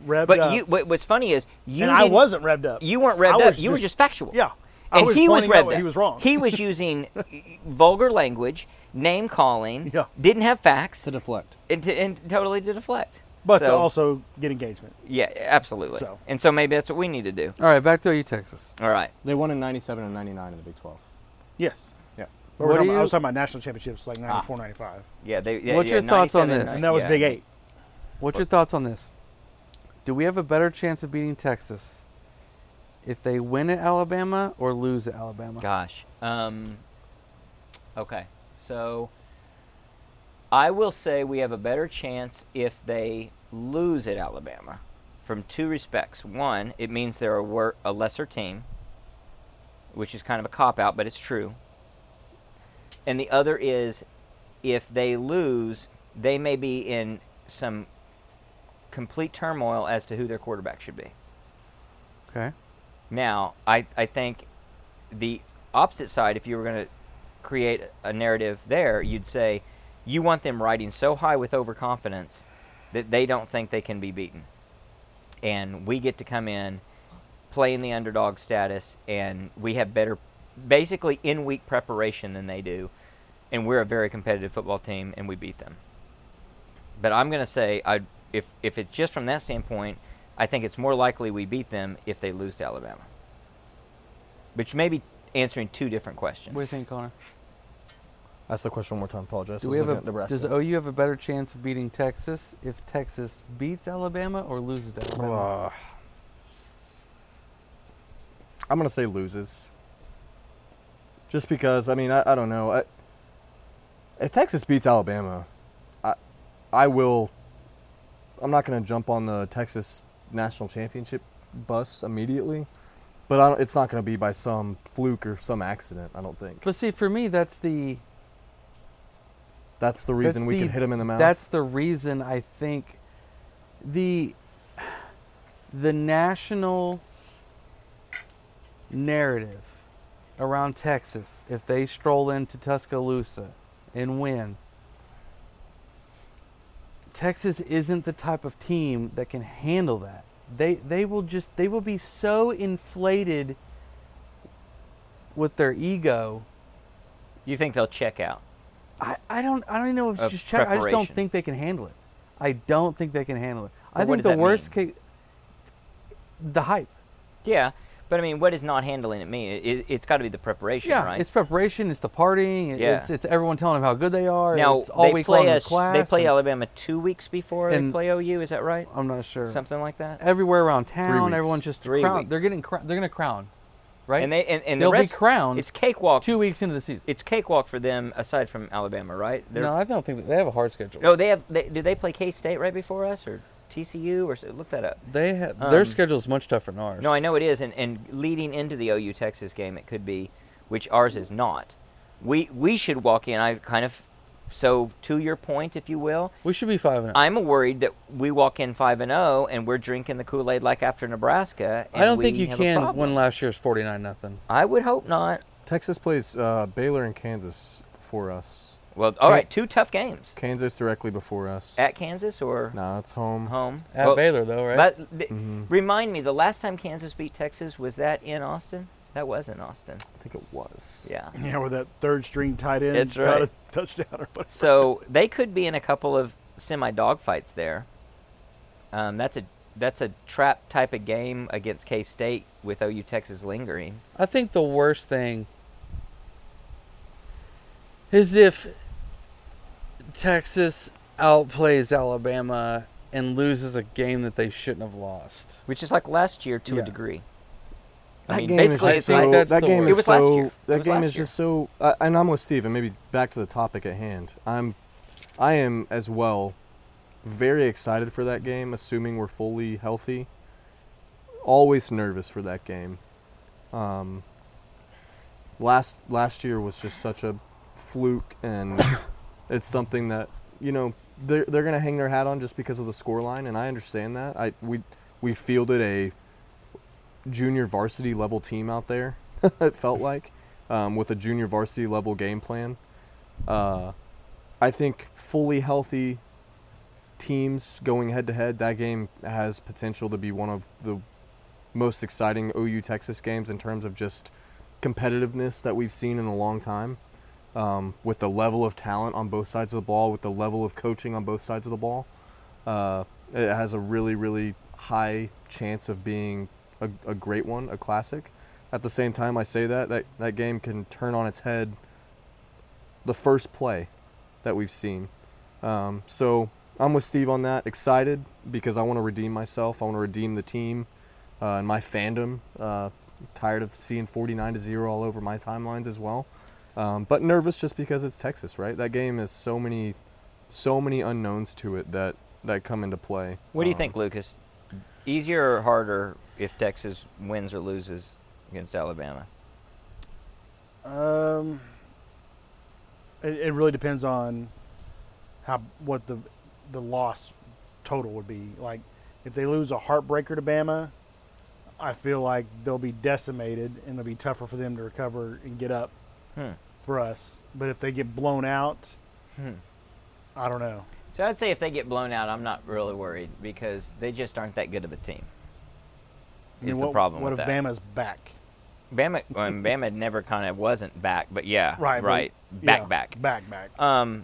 S3: revved
S1: but
S3: up,
S1: you. What, what's funny is you.
S3: Uh, and I
S1: didn't-
S3: wasn't revved up.
S1: You weren't
S3: I
S1: read
S3: was
S1: up. You were
S3: just-
S1: just factual.
S3: yeah, I
S1: And
S3: was
S1: he was
S3: pointing out
S1: read
S3: what
S1: up.
S3: He was wrong.
S1: He was using vulgar language, name calling.
S3: Yeah.
S1: Didn't have facts.
S5: to deflect.
S1: and, to, and totally to deflect.
S3: but to
S1: So-
S3: also get engagement.
S1: yeah, absolutely.
S3: So.
S1: And so maybe that's what we need to do.
S4: All right, back to you, Texas.
S1: All right.
S5: They won in 97 and 99 in the Big 12.
S3: Yes.
S5: Yeah.
S3: But we're
S4: What do
S3: talking about- I
S4: you-
S3: was talking about national championships like 94, 95.
S1: Yeah. They, yeah,
S4: What's
S1: yeah,
S4: your thoughts on
S1: 97,
S4: this?
S3: And that was
S1: Ah. yeah.
S3: Big Eight.
S4: What's your thoughts on this? Do we have a better chance of beating Texas if they win at Alabama or lose at Alabama?
S1: Gosh. Um, okay. So I will say we have a better chance if they lose at Alabama from two respects. One, it means they're a, wor- a lesser team, which is kind of a cop out, but it's true. And the other is if they lose, they may be in some complete turmoil as to who their quarterback should be.
S4: Okay.
S1: Now, I, I think the opposite side, if you were going to create a narrative there, you'd say you want them riding so high with overconfidence that they don't think they can be beaten. And we get to come in, play in the underdog status, and we have better, basically in week preparation than they do. And we're a very competitive football team, and we beat them. But I'm going to say, I, if, if it's just from that standpoint, I think it's more likely we beat them if they lose to Alabama. Which may be answering two different questions.
S4: What do you think, Connor?
S2: Ask the question one more time. Apologize.
S4: Do
S2: I
S4: we
S2: was
S4: have
S2: looking
S4: a,
S2: at Nebraska.
S4: does OU have a better chance of beating Texas if Texas beats Alabama or loses to Alabama?
S2: Uh, I'm gonna say loses. Just because, I mean, I, I don't know. I, if Texas beats Alabama, I, I will. I'm not gonna jump on the Texas national championship bus immediately, but I don't, it's not gonna be by some fluke or some accident. I don't think.
S4: But see, for me, that's the
S2: That's the reason
S4: That's
S2: we
S4: the-
S2: could hit him in the mouth.
S4: that's the reason I think the the national narrative around Texas, if they stroll into Tuscaloosa and win, Texas isn't the type of team that can handle that. They they will just they will be so inflated with their ego
S1: You think they'll check out?
S4: I, I don't I don't even know if
S1: Of
S4: it's just check. I just don't
S1: preparation.
S4: think they can handle it. I don't think they can handle it. I
S1: But what
S4: think
S1: does
S4: the
S1: that
S4: worst
S1: mean?
S4: case, the hype.
S1: Yeah, but I mean, what does not handling it mean? It, it, it's got to be the preparation,
S4: Yeah,
S1: right?
S4: it's preparation. It's the partying. it-
S1: Yeah.
S4: It's it's everyone telling them how good they are.
S1: now
S4: it's all
S1: they
S4: week
S1: play
S4: long in
S1: us.
S4: class.
S1: They play
S4: and-
S1: Alabama two weeks before they
S4: and-
S1: play OU. Is that right?
S4: I'm not sure.
S1: Something like that.
S4: Everywhere around town,
S2: weeks.
S4: everyone's just
S1: Three
S4: crowned. They're
S1: weeks.
S4: getting cra- they're gonna crown, right?
S1: And they and, and
S4: They'll
S1: the
S4: be
S1: rest
S4: crowned
S1: It's cakewalk.
S4: two weeks into the season.
S1: It's cakewalk for them aside from Alabama, right? They're-
S4: no, I don't think that they have a hard schedule.
S1: no, they have. They, do they play K State right before us or TCU or so- look that up?
S4: they ha-
S1: um,
S4: their schedule is much tougher than ours.
S1: No, I know it is, and, and leading into the OU Texas game, it could be, which ours is not. We we should walk in. I kind of, so to your point, if you will,
S4: We should be five and.
S1: I'm worried that we walk in five and zero, and we're drinking the Kool Aid like after Nebraska. And
S4: I don't
S1: we
S4: think you
S1: have a
S4: can
S1: problem.
S4: win last year's forty nine nothing.
S1: I would hope not.
S2: Texas plays uh, Baylor and Kansas for us.
S1: Well, all
S2: Can-
S1: right, two tough games
S2: Kansas directly before us.
S1: at Kansas or
S2: nah, it's home.
S1: home
S4: At
S1: Well,
S4: Baylor though, right? Mm-hmm.
S1: But th-
S2: Mm-hmm.
S1: remind me, the last time Kansas beat Texas was that in Austin? That was in Austin.
S2: I think it was.
S1: Yeah.
S3: Yeah, where that third string tight end
S1: That's
S3: got a
S1: right.
S3: touchdown or whatever.
S1: So they could be in a couple of semi dogfights there. Um, that's a that's a trap type of game against K State with OU Texas lingering.
S4: I think the worst thing is if Texas outplays Alabama and loses a game that they shouldn't have lost.
S1: which is like last year to
S4: Yeah.
S1: a degree.
S2: That
S1: I mean,
S2: game is
S1: basically,
S2: just
S1: it's
S4: like-
S2: so.
S4: That's
S2: that
S4: the
S2: game
S4: worst.
S2: is
S4: It was
S1: last
S2: so.
S1: year. It
S2: That
S1: was
S2: game
S1: last
S2: is just so. I and I'm with Steve, and maybe back to the topic at hand. I'm, I am as well, very excited for that game. Assuming we're fully healthy. Always nervous for that game. Um, last last year was just such a fluke, and it's something that you know they're, they're going to hang their hat on just because of the score line, and I understand that. I we we fielded a junior varsity level team out there. it felt like um, with a junior varsity level game plan. Uh, I think fully healthy teams going head to head, that game has potential to be one of the most exciting OU Texas games in terms of just competitiveness that we've seen in a long time. Um, with the level of talent on both sides of the ball, with the level of coaching on both sides of the ball, uh, it has a really, really high chance of being a, a great one, a classic. At the same time, I say that, that that game can turn on its head the first play that we've seen. Um, so I'm with Steve on that. Excited because I want to redeem myself. I want to redeem the team uh, and my fandom. Uh, tired of seeing 49 to zero all over my timelines as well. Um, but nervous just because it's Texas, right? That game has so many, so many unknowns to it that that come into play.
S1: What do you
S2: Um,
S1: think, Lucas? Easier or harder if Texas wins or loses against Alabama?
S3: Um, it, it really depends on how what the the loss total would be. Like if they lose a heartbreaker to Bama, I feel like they'll be decimated and it'll be tougher for them to recover and get up
S1: Hmm.
S3: for us. But if they get blown out,
S1: Hmm.
S3: I don't know.
S1: So I'd say if they get blown out, I'm not really worried because they just aren't that good of a team.
S3: I mean,
S1: Is
S3: what,
S1: the problem
S3: What
S1: with
S3: if
S1: that?
S3: Bama's back?
S1: Bama? Bama, um, Bama never kind of wasn't back, but yeah,
S3: Right, but-
S1: right, back,
S3: Yeah,
S1: back.
S3: back, back.
S1: Um,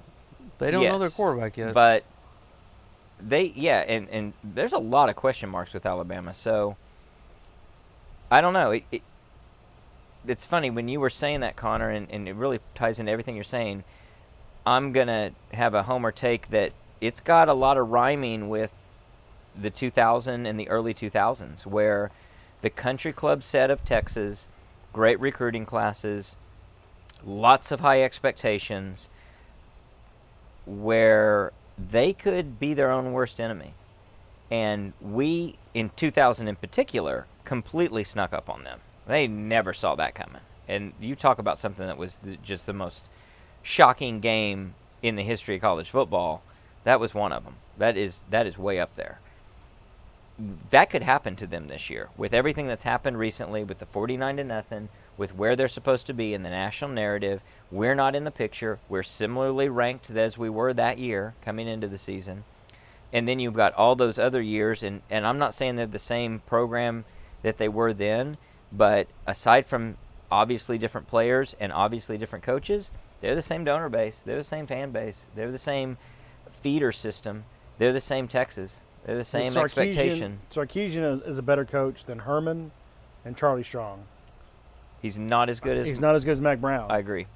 S4: They don't know their
S1: Yes,
S4: quarterback yet.
S1: but they, yeah, and and there's a lot of question marks with Alabama. So I don't know. It, it it's funny when you were saying that, Connor, and, and it really ties into everything you're saying. I'm gonna have a homer take that it's got a lot of rhyming with the 2000 and the early 2000s, where the country club set of Texas, great recruiting classes, lots of high expectations, where they could be their own worst enemy, and we in 2000 in particular completely snuck up on them. They never saw that coming, and you talk about something that was the, just the most shocking game in the history of college football. That was one of them. That is that is way up there. That could happen to them this year with everything that's happened recently with the 49 to nothing, with where they're supposed to be in the national narrative. We're not in the picture. We're similarly ranked as we were that year coming into the season. And then you've got all those other years and and I'm not saying they're the same program that they were then, but aside from obviously different players and obviously different coaches, they're the same donor base. They're the same fan base. They're the same feeder system. They're the same Texas. They're the same
S3: Sarkeesian-
S1: expectation.
S3: Sarkeesian is, is a better coach than Herman and Charlie Strong.
S1: He's not as good as
S3: He's not as good as Mac Brown.
S1: I agree.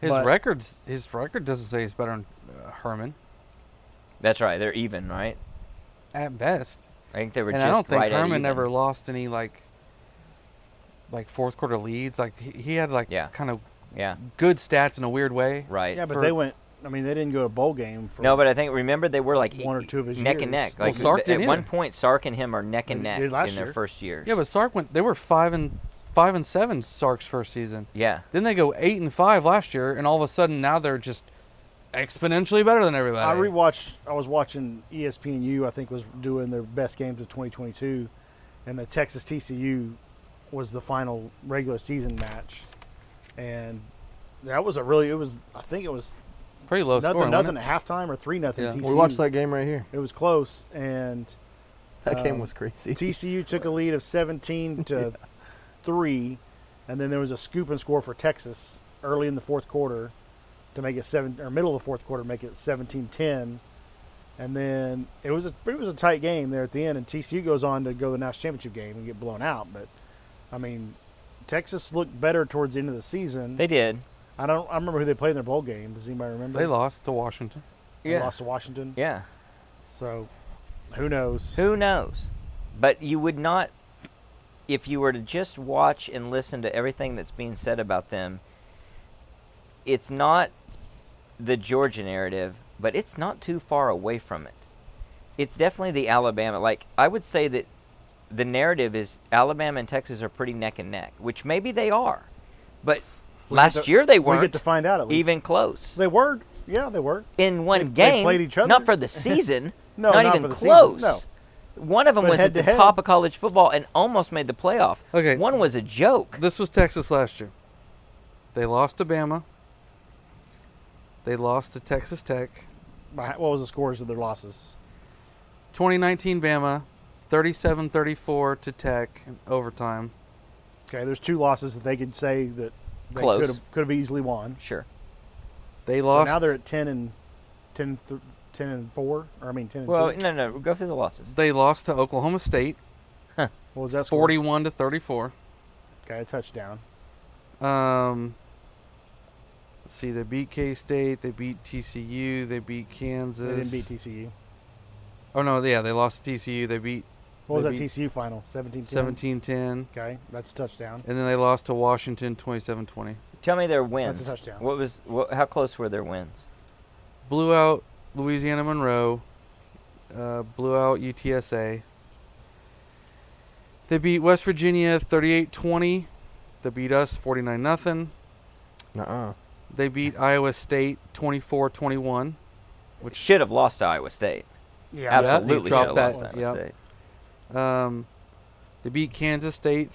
S4: his
S3: but-
S4: records, his record doesn't say he's better than uh, Herman
S1: That's right. They're even, right?
S4: at best.
S1: I think they were
S4: and
S1: just
S4: I don't think
S1: right at
S4: Herman
S1: even.
S4: ever lost any like like fourth quarter leads. Like he, he had like
S1: Yeah.
S4: kind of
S1: Yeah.
S4: good stats in a weird way.
S1: Right.
S3: yeah, but
S4: for-
S3: they went. I mean, they didn't go to a bowl game. For
S1: no, but I think remember they were like
S3: One or two of his
S1: neck
S3: years.
S1: and neck.
S4: Well,
S1: Like
S4: Sark
S1: th-
S4: didn't
S1: at one
S4: either.
S1: point, Sark and him are neck and
S3: They
S1: neck
S3: did last
S1: in their
S3: year.
S1: first year.
S4: Yeah, but Sark went. They were five and five and seven Sark's first season.
S1: yeah.
S4: Then they go eight and five last year, and all of a sudden now they're just exponentially better than everybody.
S3: I rewatched. I was watching E ESPNU. I think was doing their best games of 2022, and the Texas TCU was the final regular season match, and that was a really. It was. I think it was
S4: Pretty low
S3: nothing.
S4: scoring.
S3: nothing
S4: wasn't it?
S3: at halftime or three nothing.
S4: Yeah.
S3: TCU.
S2: We watched that game right here.
S3: It was close, and
S2: That game
S1: Uh,
S3: Um,
S2: was crazy.
S3: TCU took a lead of 17 to three, and then there was a scoop and score for Texas early in the fourth quarter to make it seven or middle of the fourth quarter make it 17-10. And then it was a it was a tight game there at the end, and TCU goes on to go to the national championship game and get blown out. But I mean, Texas looked better towards the end of the season.
S1: They did.
S3: I don't I remember who they played in their bowl game. Does anybody remember?
S4: They lost to Washington.
S3: They
S1: yeah.
S3: lost to Washington.
S1: Yeah.
S3: So who knows?
S1: Who knows? But you would not, if you were to just watch and listen to everything that's being said about them, it's not the Georgia narrative, but it's not too far away from it. It's definitely the Alabama. Like, I would say that the narrative is Alabama and Texas are pretty neck and neck, which maybe they are. But last
S3: to-
S1: year they
S3: we
S1: weren't
S3: get to find out at least.
S1: even close.
S3: They were Yeah, they were.
S1: in one
S3: They- they
S1: game,
S3: played each other?
S1: not for the season,
S3: No,
S1: not,
S3: not
S1: even
S3: for the season,
S1: close.
S3: no.
S1: One of them
S3: But
S1: was at the
S3: head-to-head.
S1: top of college football and almost made the playoff.
S4: Okay.
S1: One was a joke.
S4: This was Texas last year. They lost to Bama. They lost to Texas Tech.
S3: By- What was the scores of their losses?
S4: 2019 Bama, 37-34 to Tech in overtime.
S3: Okay, there's two losses that they could say that they
S1: Close.
S3: could have could have easily won.
S1: Sure.
S4: They
S3: So
S4: lost.
S3: now they're at ten and 10, th- 10 and four, or I mean ten and
S1: Well,
S3: two.
S1: no, no. Go through the losses.
S4: they lost to Oklahoma State,
S3: What was that score?
S4: 41 to 34.
S3: Okay, a touchdown.
S4: Um, let's see, they beat K State. They beat TCU. They beat Kansas.
S3: They didn't beat TCU.
S4: Oh no, yeah, they lost to TCU. They beat
S3: What was
S4: They
S3: that
S4: beat-
S3: TCU final? 17
S4: 17-10,
S3: Okay, that's a touchdown.
S4: and then they lost to Washington 27-20.
S1: Tell me their wins.
S3: touchdown.
S1: What was? What, how close were their wins?
S4: Blew out Louisiana Monroe. Uh, blew out UTSA. They beat West Virginia 38-20. They beat us 49 nothing.
S5: Nuh-uh.
S4: They beat Iowa State 24-21.
S1: Which should have lost to Iowa State.
S3: Yeah,
S4: they
S1: Absolutely should
S4: dropped
S1: have
S4: that.
S1: lost to
S4: Yep.
S1: Iowa State.
S4: Um, they beat Kansas State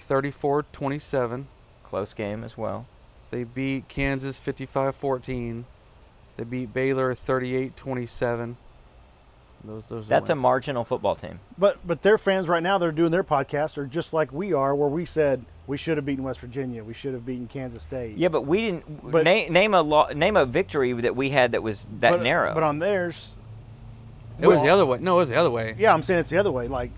S4: 34-27.
S1: Close game as well.
S4: They beat Kansas 55-14. They beat Baylor 38-27. Those those are
S1: That's a
S4: wins.
S1: marginal football team.
S3: But but their fans right now, they're doing their podcast, are just like we are, where we said we should have beaten West Virginia, we should have beaten Kansas State.
S1: Yeah, but we didn't.
S3: But-
S1: name, name a lo- name a victory that we had that was that
S3: but,
S1: narrow.
S3: But on theirs,
S4: It was the other way. No, it was the other way.
S3: yeah, I'm saying it's the other way. Like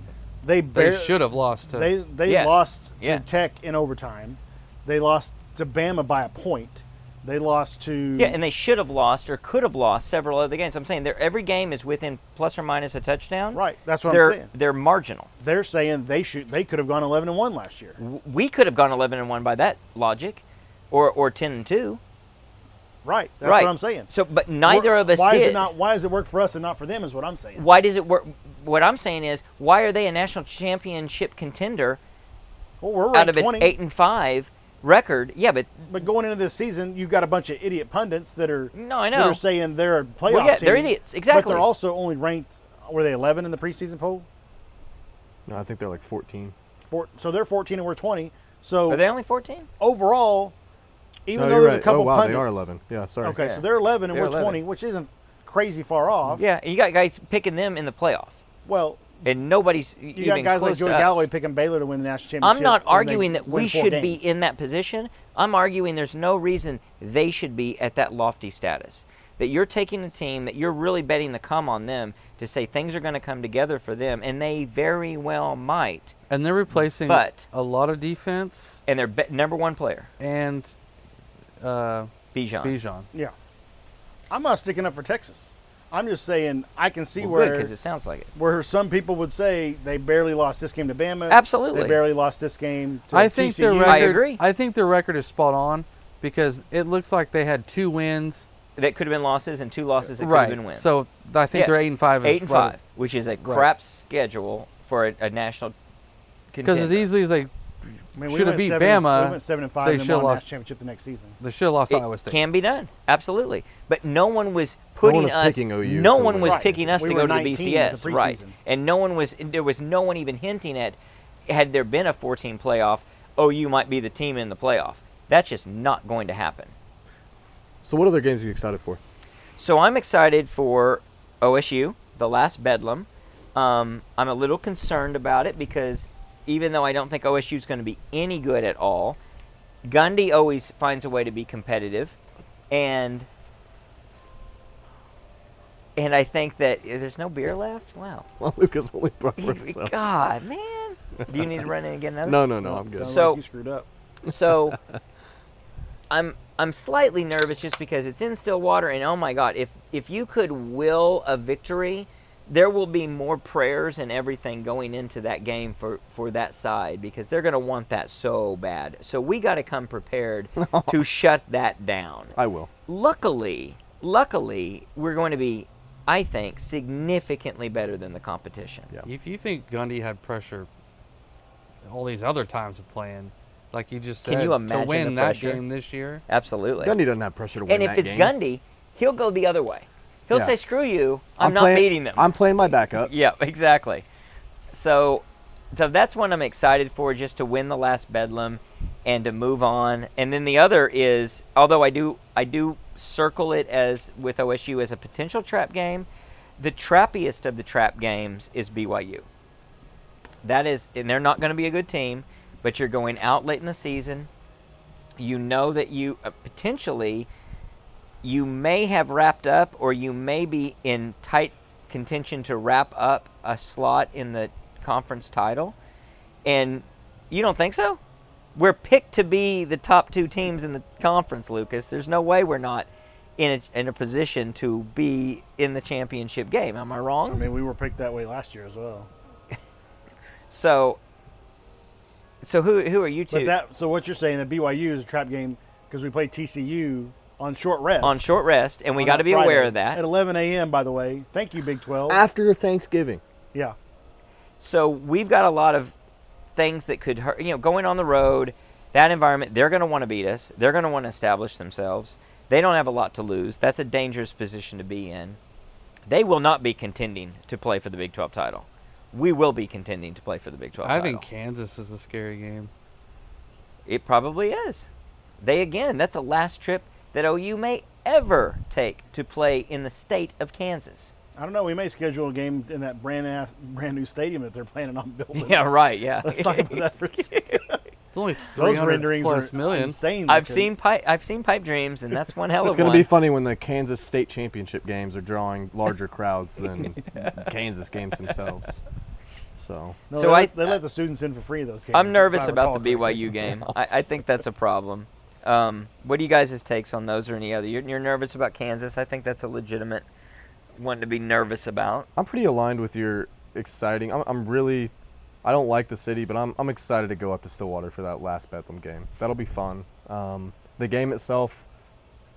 S3: they
S4: They
S3: bar-
S4: should have lost to.
S3: They they
S1: Yeah.
S3: lost to
S1: Yeah.
S3: Tech in overtime. They lost to Bama by a point. They lost to
S1: yeah, and they should have lost or could have lost several other games. I'm saying their every game is within plus or minus a touchdown.
S3: right. That's what
S1: They're
S3: I'm saying.
S1: they're marginal.
S3: They're saying they should they could have gone 11 and one last year.
S1: W- We could have gone 11 and one by that logic, or or 10 and two.
S3: Right. That's
S1: right.
S3: what I'm saying.
S1: So, but neither
S3: We're-
S1: of us
S3: why
S1: did.
S3: Is it not, why does it work for us and not for them? Is what I'm saying.
S1: why does it work? What I'm saying is, why are they a national championship contender
S3: Well, we're
S1: out
S3: ranked
S1: of an
S3: 20,
S1: eight and five record? Yeah, but
S3: but going into this season, you've got a bunch of idiot pundits that are
S1: No, I
S3: that
S1: know.
S3: are saying they're a playoff.
S1: Well, yeah, they're
S3: team,
S1: idiots. Exactly.
S3: But they're also only ranked. Were they 11 in the preseason poll?
S2: No, I think they're like 14.
S3: Four, so they're 14 and we're 20. So
S1: are they only 14?
S3: overall, even
S2: no,
S3: though
S2: you're
S3: there's
S2: right.
S3: a couple
S2: oh, wow,
S3: pundits,
S2: they are 11. Yeah, sorry.
S3: Okay,
S1: Yeah.
S3: so they're 11 and
S1: They're
S3: we're 20,
S1: 11.
S3: which isn't crazy far off.
S1: Yeah, you got guys picking them in the playoff,
S3: Well,
S1: and nobody's
S3: you
S1: even
S3: got guys
S1: close
S3: like Joey
S1: to us.
S3: Galloway picking Baylor to win the national championship.
S1: I'm not
S3: when they
S1: arguing that we
S3: win four
S1: should be
S3: games.
S1: in that position. I'm arguing there's no reason they should be at that lofty status. That you're taking a team that you're really betting the come on them to say things are going to come together for them, and they very well might.
S4: and they're replacing
S1: But-
S4: a lot of defense
S1: And their be- number one player,
S4: and uh,
S1: Bijan.
S4: Bijan.
S3: Yeah. I'm not sticking up for Texas. I'm just saying I can see
S1: Well, good
S3: where
S1: because it sounds like it.
S3: where some people would say they barely lost this game to Bama.
S1: Absolutely.
S3: They barely lost this game to
S4: I think their
S3: TCU.
S4: record.
S1: I agree.
S4: think their record is spot on because it looks like they had two wins.
S1: That could have been losses and two losses that
S4: right.
S1: could have been wins.
S4: So th- I think
S1: Yeah.
S4: they're eight and five.
S1: eight and five, which is a crap schedule for a, a national.
S4: Because as
S1: contender.
S4: easily as they
S3: I mean, we
S4: should have
S3: went
S4: beat
S3: seven,
S4: Bama,
S3: We went seven and five.
S4: they
S3: and then
S4: should've
S3: won the
S4: lost.
S3: national championship the next season.
S4: they should have lost to
S1: it
S4: Iowa State.
S1: can be done absolutely but no one was putting
S2: was
S1: us
S2: picking OU
S1: no
S2: to
S1: one
S2: win.
S1: was
S3: Right.
S1: picking us
S3: We
S1: to
S3: were
S1: go to the
S3: 19 at
S1: BCS
S3: the
S1: right
S3: preseason.
S1: and no one was there was no one even hinting at had there been a 14 playoff OU might be the team in the playoff that's just not going to happen
S2: So what other games are you excited for?
S1: so I'm excited for OSU the last bedlam um, I'm a little concerned about it because even though I don't think OSU is going to be any good at all Gundy always finds a way to be competitive, and and I think that eh, there's no beer left. Wow,
S2: Well, Lucas only brought for himself.
S1: God, man, do you need to run in and get another?
S2: No, no, no, I'm good.
S3: Sounds
S1: So-
S3: like you screwed up.
S1: So I'm I'm slightly nervous just because it's in Stillwater, and oh my God, if if you could will a victory, there will be more prayers and everything going into that game for for that side because they're going to want that so bad. So we got to come prepared to shut that down
S2: I will.
S1: luckily, luckily, we're going to be, I think, significantly better than the competition.
S2: Yeah.
S4: If you think Gundy had pressure all these other times of playing, like you just said,
S1: Can you imagine
S4: to win
S1: the
S4: that
S1: pressure?
S4: game this year,
S1: Absolutely.
S2: Gundy doesn't have pressure to win
S1: and if
S2: that
S1: it's
S2: game.
S1: Gundy, he'll go the other way. He'll
S5: Yeah.
S1: say, "Screw you! I'm, not
S5: playing,
S1: beating them."
S5: I'm playing my backup.
S1: yeah, exactly. So, so that's one I'm excited for, just to win the last Bedlam, and to move on. And then the other is, although I do I do circle it as with OSU as a potential trap game, the trappiest of the trap games is BYU. That is, and they're not going to be a good team, but you're going out late in the season. You know that you uh, potentially you may have wrapped up or you may be in tight contention to wrap up a slot in the conference title. And you don't think so? We're picked to be the top two teams in the conference, Lucas. There's no way we're not in a, in a position to be in the championship game. Am I wrong?
S3: I mean, we were picked that way last year as well.
S1: So, so who who are you two
S3: But that so what you're saying that BYU is a trap game because we play TCU on short rest.
S1: on short rest? And we
S3: on
S1: got to
S3: that
S1: be aware
S3: Friday
S1: of
S3: at
S1: that.
S3: 11 a.m. By the way, thank you, Big 12.
S5: After Thanksgiving.
S3: yeah,
S1: So we've got a lot of things that could hurt. You know, going on the road, that environment, they're going to want to beat us. They're going to want to establish themselves. They don't have a lot to lose. That's a dangerous position to be in. They will not be contending to play for the Big 12 title. We will be contending to play for the Big 12
S4: I
S1: title.
S4: think Kansas is a scary game.
S1: It probably is. They again, that's a last trip that OU may ever take to play in the state of Kansas.
S3: I don't know. We may schedule a game in that brand ass, brand new stadium that they're planning on building.
S1: Yeah, right. Yeah.
S3: Let's talk about that for a second.
S4: It's only
S3: Those
S4: 300
S3: renderings
S4: plus
S3: are
S4: million.
S3: insane.
S1: I've
S3: looking.
S1: seen pipe. I've seen pipe dreams, and that's one hell
S2: It's
S1: of
S2: gonna
S1: one.
S2: be funny when the Kansas State Championship games are drawing larger crowds than Kansas games themselves. So
S3: No,
S1: So
S3: they,
S1: I-
S3: let, they let the students in for free those games.
S1: I'm nervous
S3: if I
S1: about the
S3: recall correctly.
S1: BYU game. I, I think that's a problem. Um, what do you guys' takes on those or any other? You're, you're nervous about Kansas. I think that's a legitimate one to be nervous about.
S2: I'm pretty aligned with your exciting. I'm, I'm really, I don't like the city, but I'm, I'm excited to go up to Stillwater for that last Bedlam game. That'll be fun. Um, the game itself,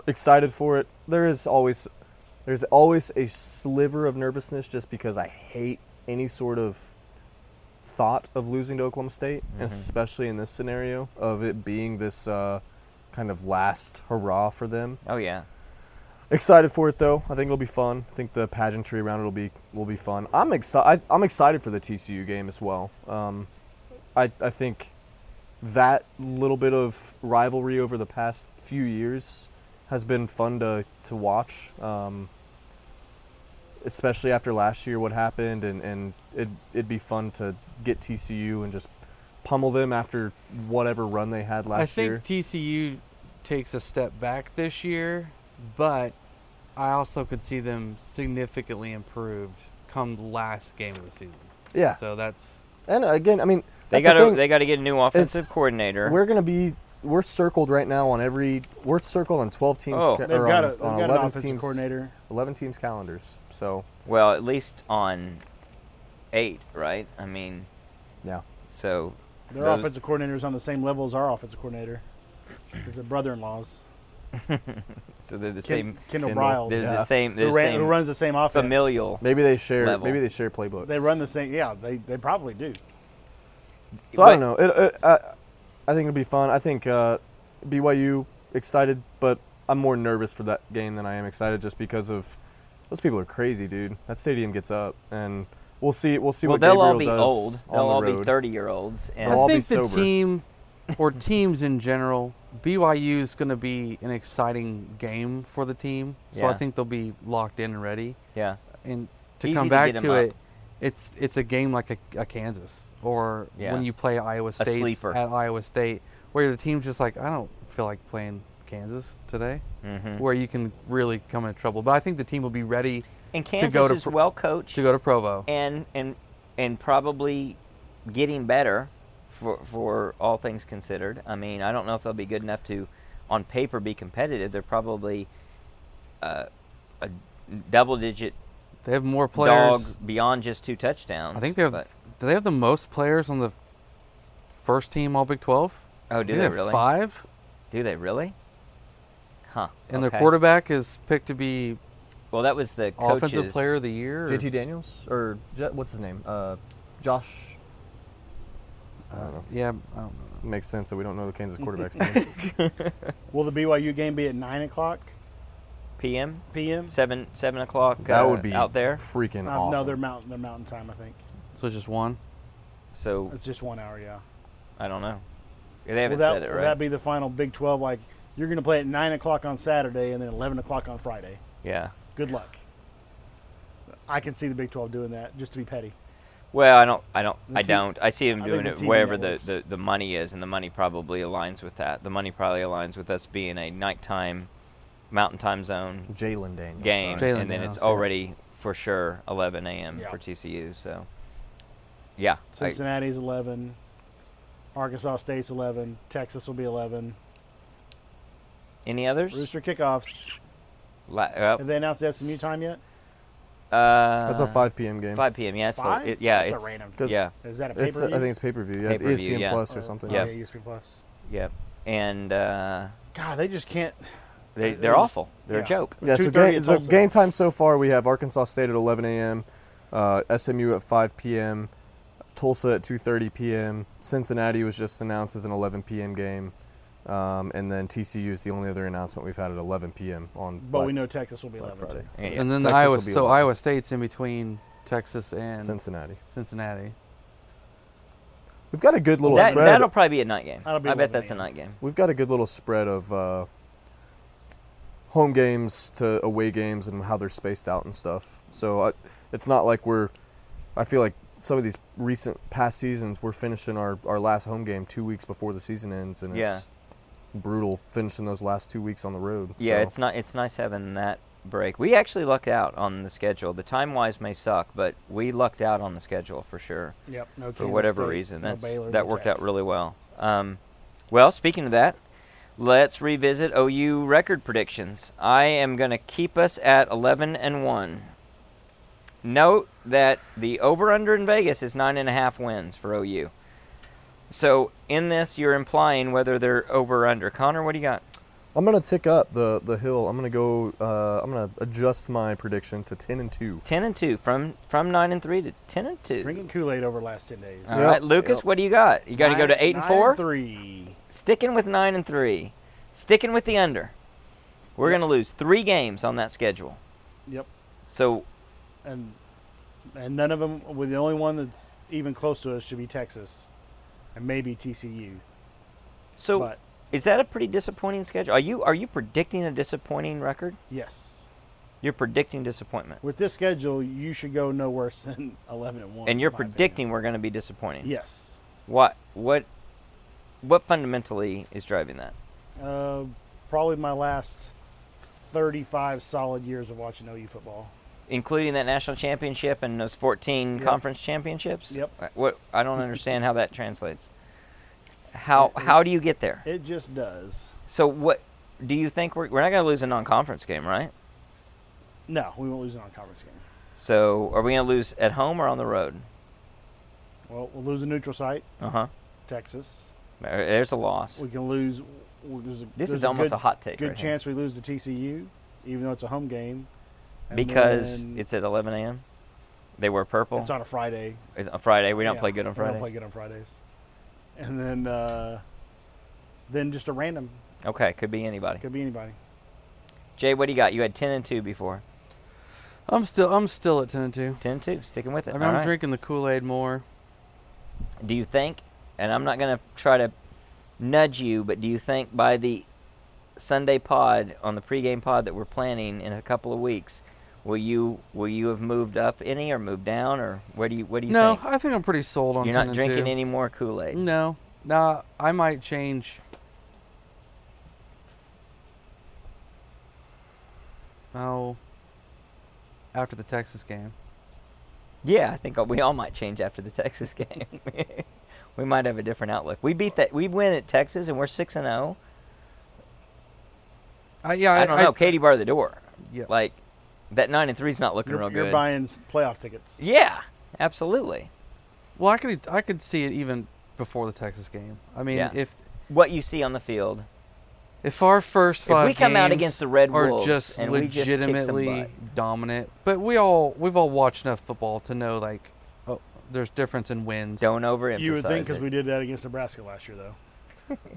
S2: excited for it. There is always, there's always a sliver of nervousness just because I hate any sort of thought of losing to Oklahoma State, and especially in this scenario of it being this uh, kind of last hurrah for them.
S1: Oh yeah.
S2: Excited for it though. I think it'll be fun. I think the pageantry around it'll be will be fun. I'm excited. I'm excited for the TCU game as well. Um, I I think that little bit of rivalry over the past few years has been fun to to watch. Um, especially after last year, what happened, and and it it'd be fun to get TCU and just pummel them after whatever run they had last
S4: I think
S2: year.
S4: TCU takes a step back this year, but I also could see them significantly improved come last game of the season.
S2: Yeah,
S4: So that's
S2: and uh, again, I mean,
S1: They
S2: that's the
S1: got to
S2: thing.
S1: they got to get a new offensive coordinator.
S2: We're gonna be we're circled right now on every we're circled on twelve teams.
S1: Oh.
S2: ca-
S3: They've
S2: or
S3: got, a,
S2: on,
S3: they've
S2: on
S3: got an
S2: 11
S3: offensive
S2: teams,
S3: coordinator.
S2: Eleven teams calendars. So
S1: well, at least on eight, right? I mean,
S2: yeah,
S1: so
S3: Their
S1: Those-
S3: offensive coordinator is on the same level as our offensive coordinator. Because they're brother-in-laws.
S1: so they're the
S3: Ken,
S1: same.
S3: Kendall
S2: Kendall.
S3: Bryles.
S1: There's the
S2: Yeah.
S1: same. There's
S3: who,
S1: the
S3: ran, who
S1: same
S3: runs the same offense.
S1: familial.
S2: maybe they share
S1: Level.
S2: maybe they share playbooks.
S3: They run the same. Yeah, they, they probably do.
S2: So I don't know. It, it, I, I think it'll be fun. I think uh, BYU excited, but I'm more nervous for that game than I am excited just because of those people are crazy, dude. That stadium gets up, and we'll see. We'll see
S1: Well,
S2: what
S1: they'll
S2: Gabriel
S1: all be
S2: does
S1: old.
S2: on
S1: They'll all
S2: the
S1: be
S2: road.
S1: thirty-year-olds,
S2: They'll
S1: and
S2: all
S4: I
S2: be
S4: think the
S2: sober.
S4: team or teams in general, BYU is going to be an exciting game for the team. So I
S1: Yeah.
S4: think they'll be locked in and ready.
S1: yeah.
S4: And to
S1: Easy
S4: come
S1: to
S4: back
S1: get 'em
S4: to,
S1: up.
S4: it, it's it's a game like a, a Kansas or
S1: Yeah.
S4: when you play Iowa State
S1: sleeper.
S4: at Iowa State, where the team's just like, I don't feel like playing Kansas today,
S1: Mm-hmm.
S4: where you can really come into trouble. But I think the team will be ready
S1: And
S4: go
S1: Kansas
S4: to
S1: is
S4: pro-
S1: well coached.
S4: to go to Provo.
S1: and and and probably getting better for for all things considered. I mean, I don't know if they'll be good enough to on paper be competitive. They're probably uh, a double digit
S4: They have more players.
S1: dog beyond just two touchdowns.
S4: I think they have.
S1: but-
S4: Do they have the most players on the first team All Big Twelve?
S1: Oh, do
S4: I think
S1: they
S4: have
S1: really?
S4: Five,
S1: Do they really? Huh.
S4: and
S1: okay.
S4: their quarterback is picked to be
S1: Well, that was the coaches.
S4: offensive player of the year. or-
S2: JT Daniels or J- what's his name? Uh, Josh. I don't know.
S4: Yeah, I don't know.
S2: Makes sense that we don't know the Kansas quarterback's name.
S3: Will the BYU game be at 9 o'clock?
S1: p.m.
S3: PM.
S1: seven seven o'clock.
S2: That
S1: uh,
S2: would be
S1: out there.
S2: Freaking
S3: Uh,
S2: awesome.
S3: No, they're mountain. They're mountain time. I think
S4: So it's just one.
S1: So
S3: it's just one hour. Yeah.
S1: I don't know. They haven't
S3: will that,
S1: said it
S3: will
S1: right.
S3: that be the final Big Twelve? Like you're going to play at nine o'clock on Saturday and then eleven o'clock on Friday.
S1: yeah.
S3: Good luck. I can see the Big Twelve doing that just to be petty.
S1: Well, I don't. I don't. I
S3: T-
S1: don't. I see them
S3: I
S1: doing
S3: think the
S1: it
S3: TV
S1: wherever the,
S3: networks.
S1: the, the money is, and the money probably aligns with that. The money probably aligns with us being a nighttime, mountain time zone
S2: Jalen Daniels.
S1: game,
S2: sorry.
S4: Jalen
S1: and then
S4: Daniels,
S1: it's
S4: yeah.
S1: already for sure 11 a.m.
S3: Yeah.
S1: for TCU. So, yeah, I-
S3: Cincinnati's eleven. Arkansas State's eleven. Texas will be eleven.
S1: any others?
S3: Rooster kickoffs.
S1: La- uh,
S3: Have they announced the SMU time yet?
S1: uh,
S2: That's a 5 p.m. game.
S1: 5 p.m. Yeah, so
S3: Five?
S1: it, yeah,
S3: That's
S1: it's
S3: a random.
S2: 'Cause
S1: yeah,
S3: Is that a pay
S2: It's,
S3: per
S2: I think it's pay per view. Yeah, it's E
S1: Pay-per-view,
S2: ESPN
S1: yeah.
S2: Plus or something.
S1: Yeah.
S3: yeah, ESPN Plus.
S1: yeah, and uh,
S3: God, they just can't.
S1: they
S3: It- it
S1: they're
S3: was-
S1: awful. They're
S3: yeah.
S1: a joke.
S2: Yeah, so
S3: 2:30
S2: game,
S3: is
S2: so
S3: also-
S2: game time so far, we have Arkansas State at 11 a.m., uh, SMU at 5 p.m., Tulsa at 2:30 p.m., Cincinnati was just announced as an 11 p.m. game, um, and then TCU is the only other announcement we've had at 11 p.m. on.
S3: But we
S2: Black-
S3: know Texas will be
S2: Black
S3: eleven. too.
S2: Friday.
S1: Yeah, yeah.
S4: And then the
S2: Texas will
S4: Iowa.
S2: be
S4: So
S2: 11.
S4: Iowa State's in between Texas and
S2: Cincinnati.
S4: Cincinnati.
S2: We've got a good little
S1: That,
S2: spread.
S1: that'll probably be a night game.
S3: That'll be
S1: I bet
S3: 11
S1: that's a
S3: a.m.
S1: night game.
S2: We've got a good little spread of uh, home games to away games and how they're spaced out and stuff. So I, it's not like we're. I feel like some of these recent past seasons, we're finishing our, our last home game two weeks before the season ends, and it's brutal finishing those last two weeks on the road.
S1: Yeah,
S2: So
S1: it's not. It's nice having that break. We actually lucked out on the schedule. The time wise may suck, but we lucked out on the schedule for sure.
S3: Yep. No
S1: for
S3: Kansas
S1: whatever
S3: State,
S1: reason.
S3: no
S1: That's
S3: Baylor,
S1: that
S3: no
S1: worked
S3: Tech.
S1: out really well. Um, well, speaking of that, let's revisit OU record predictions. I am going to keep us at 11 and one. Note that the over/under in Vegas is nine and a half wins for OU. So in this, you're implying whether they're over or under. Connor, what do you got?
S2: I'm gonna tick up the the hill. I'm gonna go. Uh, I'm gonna adjust my prediction to ten and two.
S1: Ten and two from from nine and three to ten and two.
S3: Drinking Kool Aid over the last ten days.
S1: All
S2: Yep,
S1: right, Lucas,
S2: yep.
S1: what do you got? You got to go to
S3: Nine-
S1: eight and
S3: nine
S1: four.
S3: three.
S1: sticking with nine and three, sticking with the under. We're going to lose three games on that schedule.
S3: Yep.
S1: So
S3: And and none of them. Well, the only one that's even close to us should be Texas, and maybe TCU.
S1: so
S3: but
S1: is that a pretty disappointing schedule? Are you are you predicting a disappointing record?
S3: yes,
S1: You're predicting disappointment.
S3: with this schedule, you should go no worse than eleven and one.
S1: And you're
S3: in my opinion.
S1: predicting we're going to be disappointing.
S3: Yes.
S1: What what what fundamentally is driving that?
S3: Uh, probably my last thirty-five solid years of watching OU football.
S1: Including that national championship and those 14
S3: Yep.
S1: conference championships?
S3: Yep.
S1: Uh, What I don't understand how that translates. How how do you get there?
S3: It just does.
S1: So what do you think we're we're not going to lose a non-conference game, right?
S3: No, we won't lose an on-conference game.
S1: So, are we going to lose at home or on the road?
S3: Well, we'll lose a neutral site,
S1: Uh huh.
S3: Texas.
S1: There's a loss.
S3: We can lose. we- There's a,
S1: this
S3: there's
S1: is almost
S3: good,
S1: a hot take.
S3: Good
S1: right here.
S3: chance we lose to TCU, even though it's a home game. And
S1: because
S3: then
S1: it's at 11 a.m. They wear purple.
S3: it's on a Friday.
S1: It's on Friday. We don't
S3: Yeah,
S1: play good on
S3: we
S1: Fridays.
S3: Don't play good on Fridays. And then, uh, then just a random.
S1: Okay, could be anybody.
S3: Could be anybody.
S1: Jay, what do you got? You had 10 and two before.
S4: I'm still I'm still at ten and two.
S1: 10 and two, sticking with it.
S4: I mean,
S1: All
S4: I'm
S1: right.
S4: drinking the Kool Aid more.
S1: Do you think? And I'm not going to try to nudge you, but do you think by the Sunday pod on the pregame pod that we're planning in a couple of weeks, will you will you have moved up any or moved down or where do you what do you
S4: No,
S1: think?
S4: I think I'm pretty sold on
S1: You're
S4: 10
S1: not
S4: and
S1: drinking
S4: two.
S1: any more Kool Aid.
S4: No, nah, I might change. Oh, after the Texas game,
S1: Yeah, I think we all might change after the Texas game. we might have a different outlook. We beat that. We win at Texas, and we're six and zero.
S4: I, yeah,
S1: I don't know. Katie bar the door.
S4: Yeah.
S1: Like that nine and three's not looking
S3: You're,
S1: real
S3: you're
S1: good.
S3: buying s- playoff tickets.
S1: yeah, absolutely.
S4: Well, I could I could see it even before the Texas game. I mean,
S1: Yeah.
S4: if
S1: What you see on the field.
S4: if our first
S1: If
S4: five
S1: we come out
S4: games
S1: against the Red
S4: are
S1: Wolves
S4: just
S1: and we just kick some
S4: legitimately
S1: butt.
S4: dominant, but we all we've all watched enough football to know like, oh, there's difference in wins.
S1: Don't overemphasize
S3: You would think
S1: it.
S3: because we did that against Nebraska last year, though.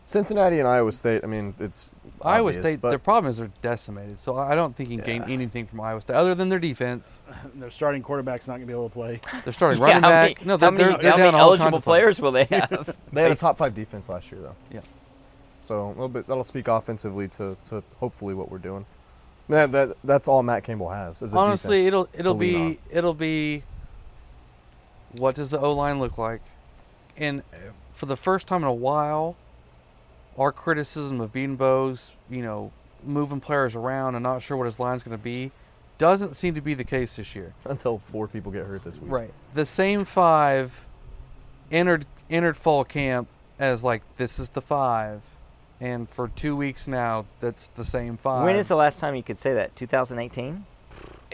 S2: Cincinnati and Iowa State. I mean, it's
S4: Iowa
S2: obvious,
S4: State,
S2: but
S4: their problem is they're decimated. So I I don't think you can gain anything from Iowa State other than their defense.
S3: Their starting quarterback's not going to be able to play.
S4: They're starting
S1: Yeah,
S4: running
S1: how
S4: back.
S1: many-
S4: no,
S1: how
S4: they're,
S1: many,
S4: they're, they're
S1: how
S4: down
S1: many
S4: all kinds
S1: eligible
S4: of players.
S1: players will they have?
S2: they had a top five defense last year, though.
S4: Yeah.
S2: So a little bit that'll speak offensively to, to hopefully what we're doing. That, that that's all Matt Campbell has. Is a
S4: Honestly,
S2: defense
S4: it'll
S2: to
S4: it'll
S2: lean on.
S4: be it'll be. What does the O line look like? And uh, for the first time in a while, our criticism of Bean Bowes, you know, moving players around and not sure what his line's going to be, doesn't seem to be the case this year.
S2: until four people get hurt this week.
S4: Right. The same five entered entered fall camp as like this is the five, and for two weeks now that's the same five.
S1: when is the last time you could say that? 2018.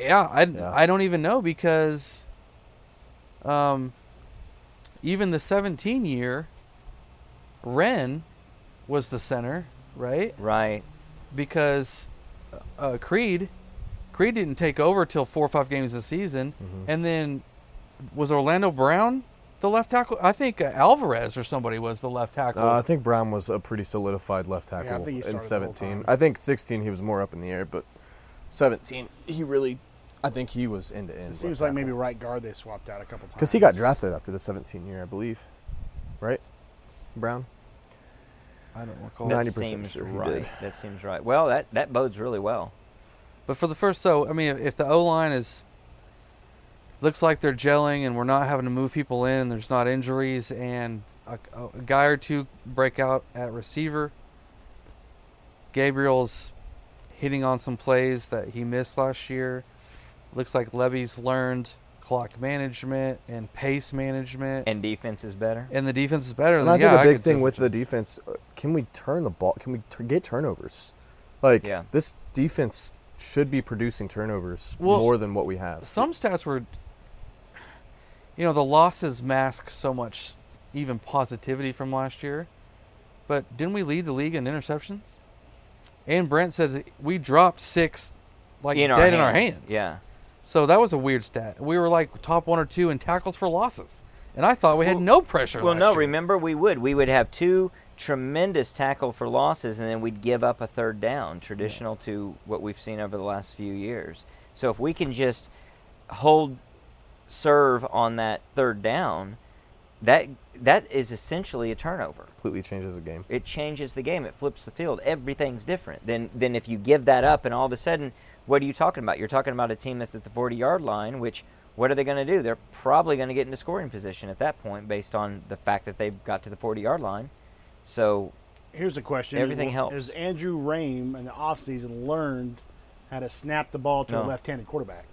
S4: Yeah, I
S2: Yeah.
S4: I don't even know because, um, even the 17 year, Ren, was the center, right?
S1: Right.
S4: Because, uh, Creed, Creed didn't take over till four or five games a season,
S2: Mhm.
S4: and then was Orlando Brown the left tackle? I think uh, Alvarez or somebody was the left tackle.
S2: Uh, I think Brown was a pretty solidified left tackle
S3: think he
S2: in
S3: started the whole
S2: 17.
S3: time.
S2: I think 16 he was more up in the air, but 17 he really, I think he was end to end.
S3: It seems like maybe right guard they swapped out a couple times.
S2: because he got drafted after the 17 year, I believe, right? Brown.
S4: I don't recall.
S1: That
S2: 90%
S1: seems
S2: sure he did.
S1: right. That seems right. Well, that that bodes really well.
S4: But for the first, so I mean, if, if the O line is looks like they're gelling and we're not having to move people in, and there's not injuries, and a, a guy or two break out at receiver, Gabriel's hitting on some plays that he missed last year. Looks like Levy's learned clock management and pace management, and,
S1: And defense is better.
S4: the defense is better.
S2: And
S4: than,
S2: I think
S4: yeah,
S2: a big
S4: could
S2: thing
S4: see-
S2: with the defense, uh, can we turn the ball? Can we tur get turnovers? Like
S1: Yeah.
S2: this defense should be producing turnovers
S4: Well,
S2: more than what we have.
S4: some stats were you know the losses mask so much even positivity from last year but didn't we lead the league in interceptions and brent says it- we dropped six like
S1: in
S4: dead
S1: our
S4: in our
S1: hands.
S4: hands
S1: Yeah.
S4: so that was a weird stat we were like top one or two in tackles for losses and i thought we had
S1: Well-
S4: no pressure
S1: Well,
S4: last
S1: no.
S4: year.
S1: Remember, we would we would have two tremendous tackle for losses, and then we'd give up a third down, traditional to what we've seen over the last few years. So if we can just hold serve on that third down, that that is essentially a turnover.
S2: completely changes the game.
S1: It changes the game. It flips the field. Everything's different than than if you give that up and all of a sudden, what are you talking about? You're talking about a team that's at the 40 yard line, which what are they going to do? They're probably going to get into scoring position at that point based on the fact that they've got to the 40 yard line. So
S3: Here's a question.
S1: Everything
S3: Is-
S1: helps.
S3: Is Andrew Rame in the offseason learned how to snap the ball to a
S1: No.
S3: left-handed quarterback?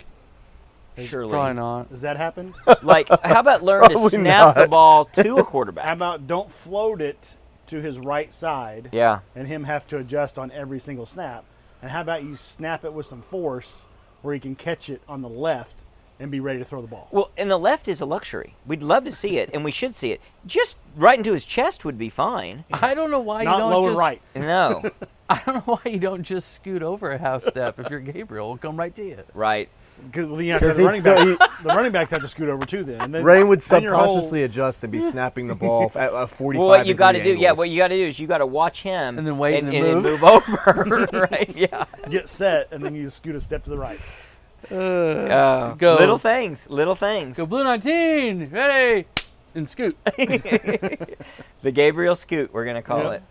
S3: Is-
S1: surely,
S4: probably not
S3: Does that happen?
S1: like how about learn to
S2: Probably
S1: snap the
S2: not.
S1: ball to a
S3: How
S1: quarterback?
S3: about don't float it to his right side
S1: yeah,
S3: and him have to adjust on every single snap? And how about you snap it with some force where he can catch it on the left and be ready to throw the ball?
S1: Well, and the left is a luxury. We'd love to see it, and we should see it. Just right into his chest would be fine.
S4: i don't know why
S3: Not
S4: you don't
S3: low
S4: just,
S3: and right.
S1: No,
S4: i don't know why you don't just scoot over a half step if you're gabriel it'll come right to you
S1: right.
S3: Because you have to have the
S2: he'd
S3: running
S2: still-
S3: back, the running backs have to scoot over too. Then, and then
S2: Rain would
S3: then your whole-
S2: subconsciously adjust and be snapping the ball at a 45
S1: Well, what you got to
S2: got
S1: do, yeah, what you got to do is you got to watch him
S4: And then wait and then move.
S1: over, right? Yeah,
S3: get set, and then you scoot a step to the right.
S1: Uh,
S4: Go.
S1: little things, little things.
S4: go blue 19 ready and scoot
S1: The Gabriel Scoot, we're gonna call it.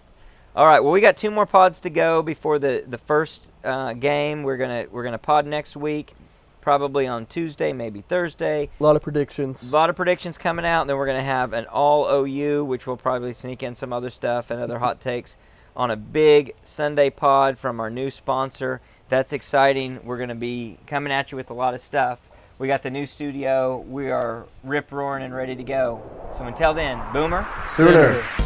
S1: All right. Well, we got two more pods to go before the the first uh, game. We're gonna we're gonna pod next week, probably on Tuesday, maybe Thursday.
S2: A lot of predictions.
S1: A lot of predictions coming out, and then we're going to have an all OU, which will probably sneak in some other stuff and other hot takes on a big Sunday pod from our new sponsor. That's exciting. We're going to be coming at you with a lot of stuff. We got the new studio. We are rip roaring and ready to go. So until then, Boomer.
S2: Sooner.
S4: Sooner.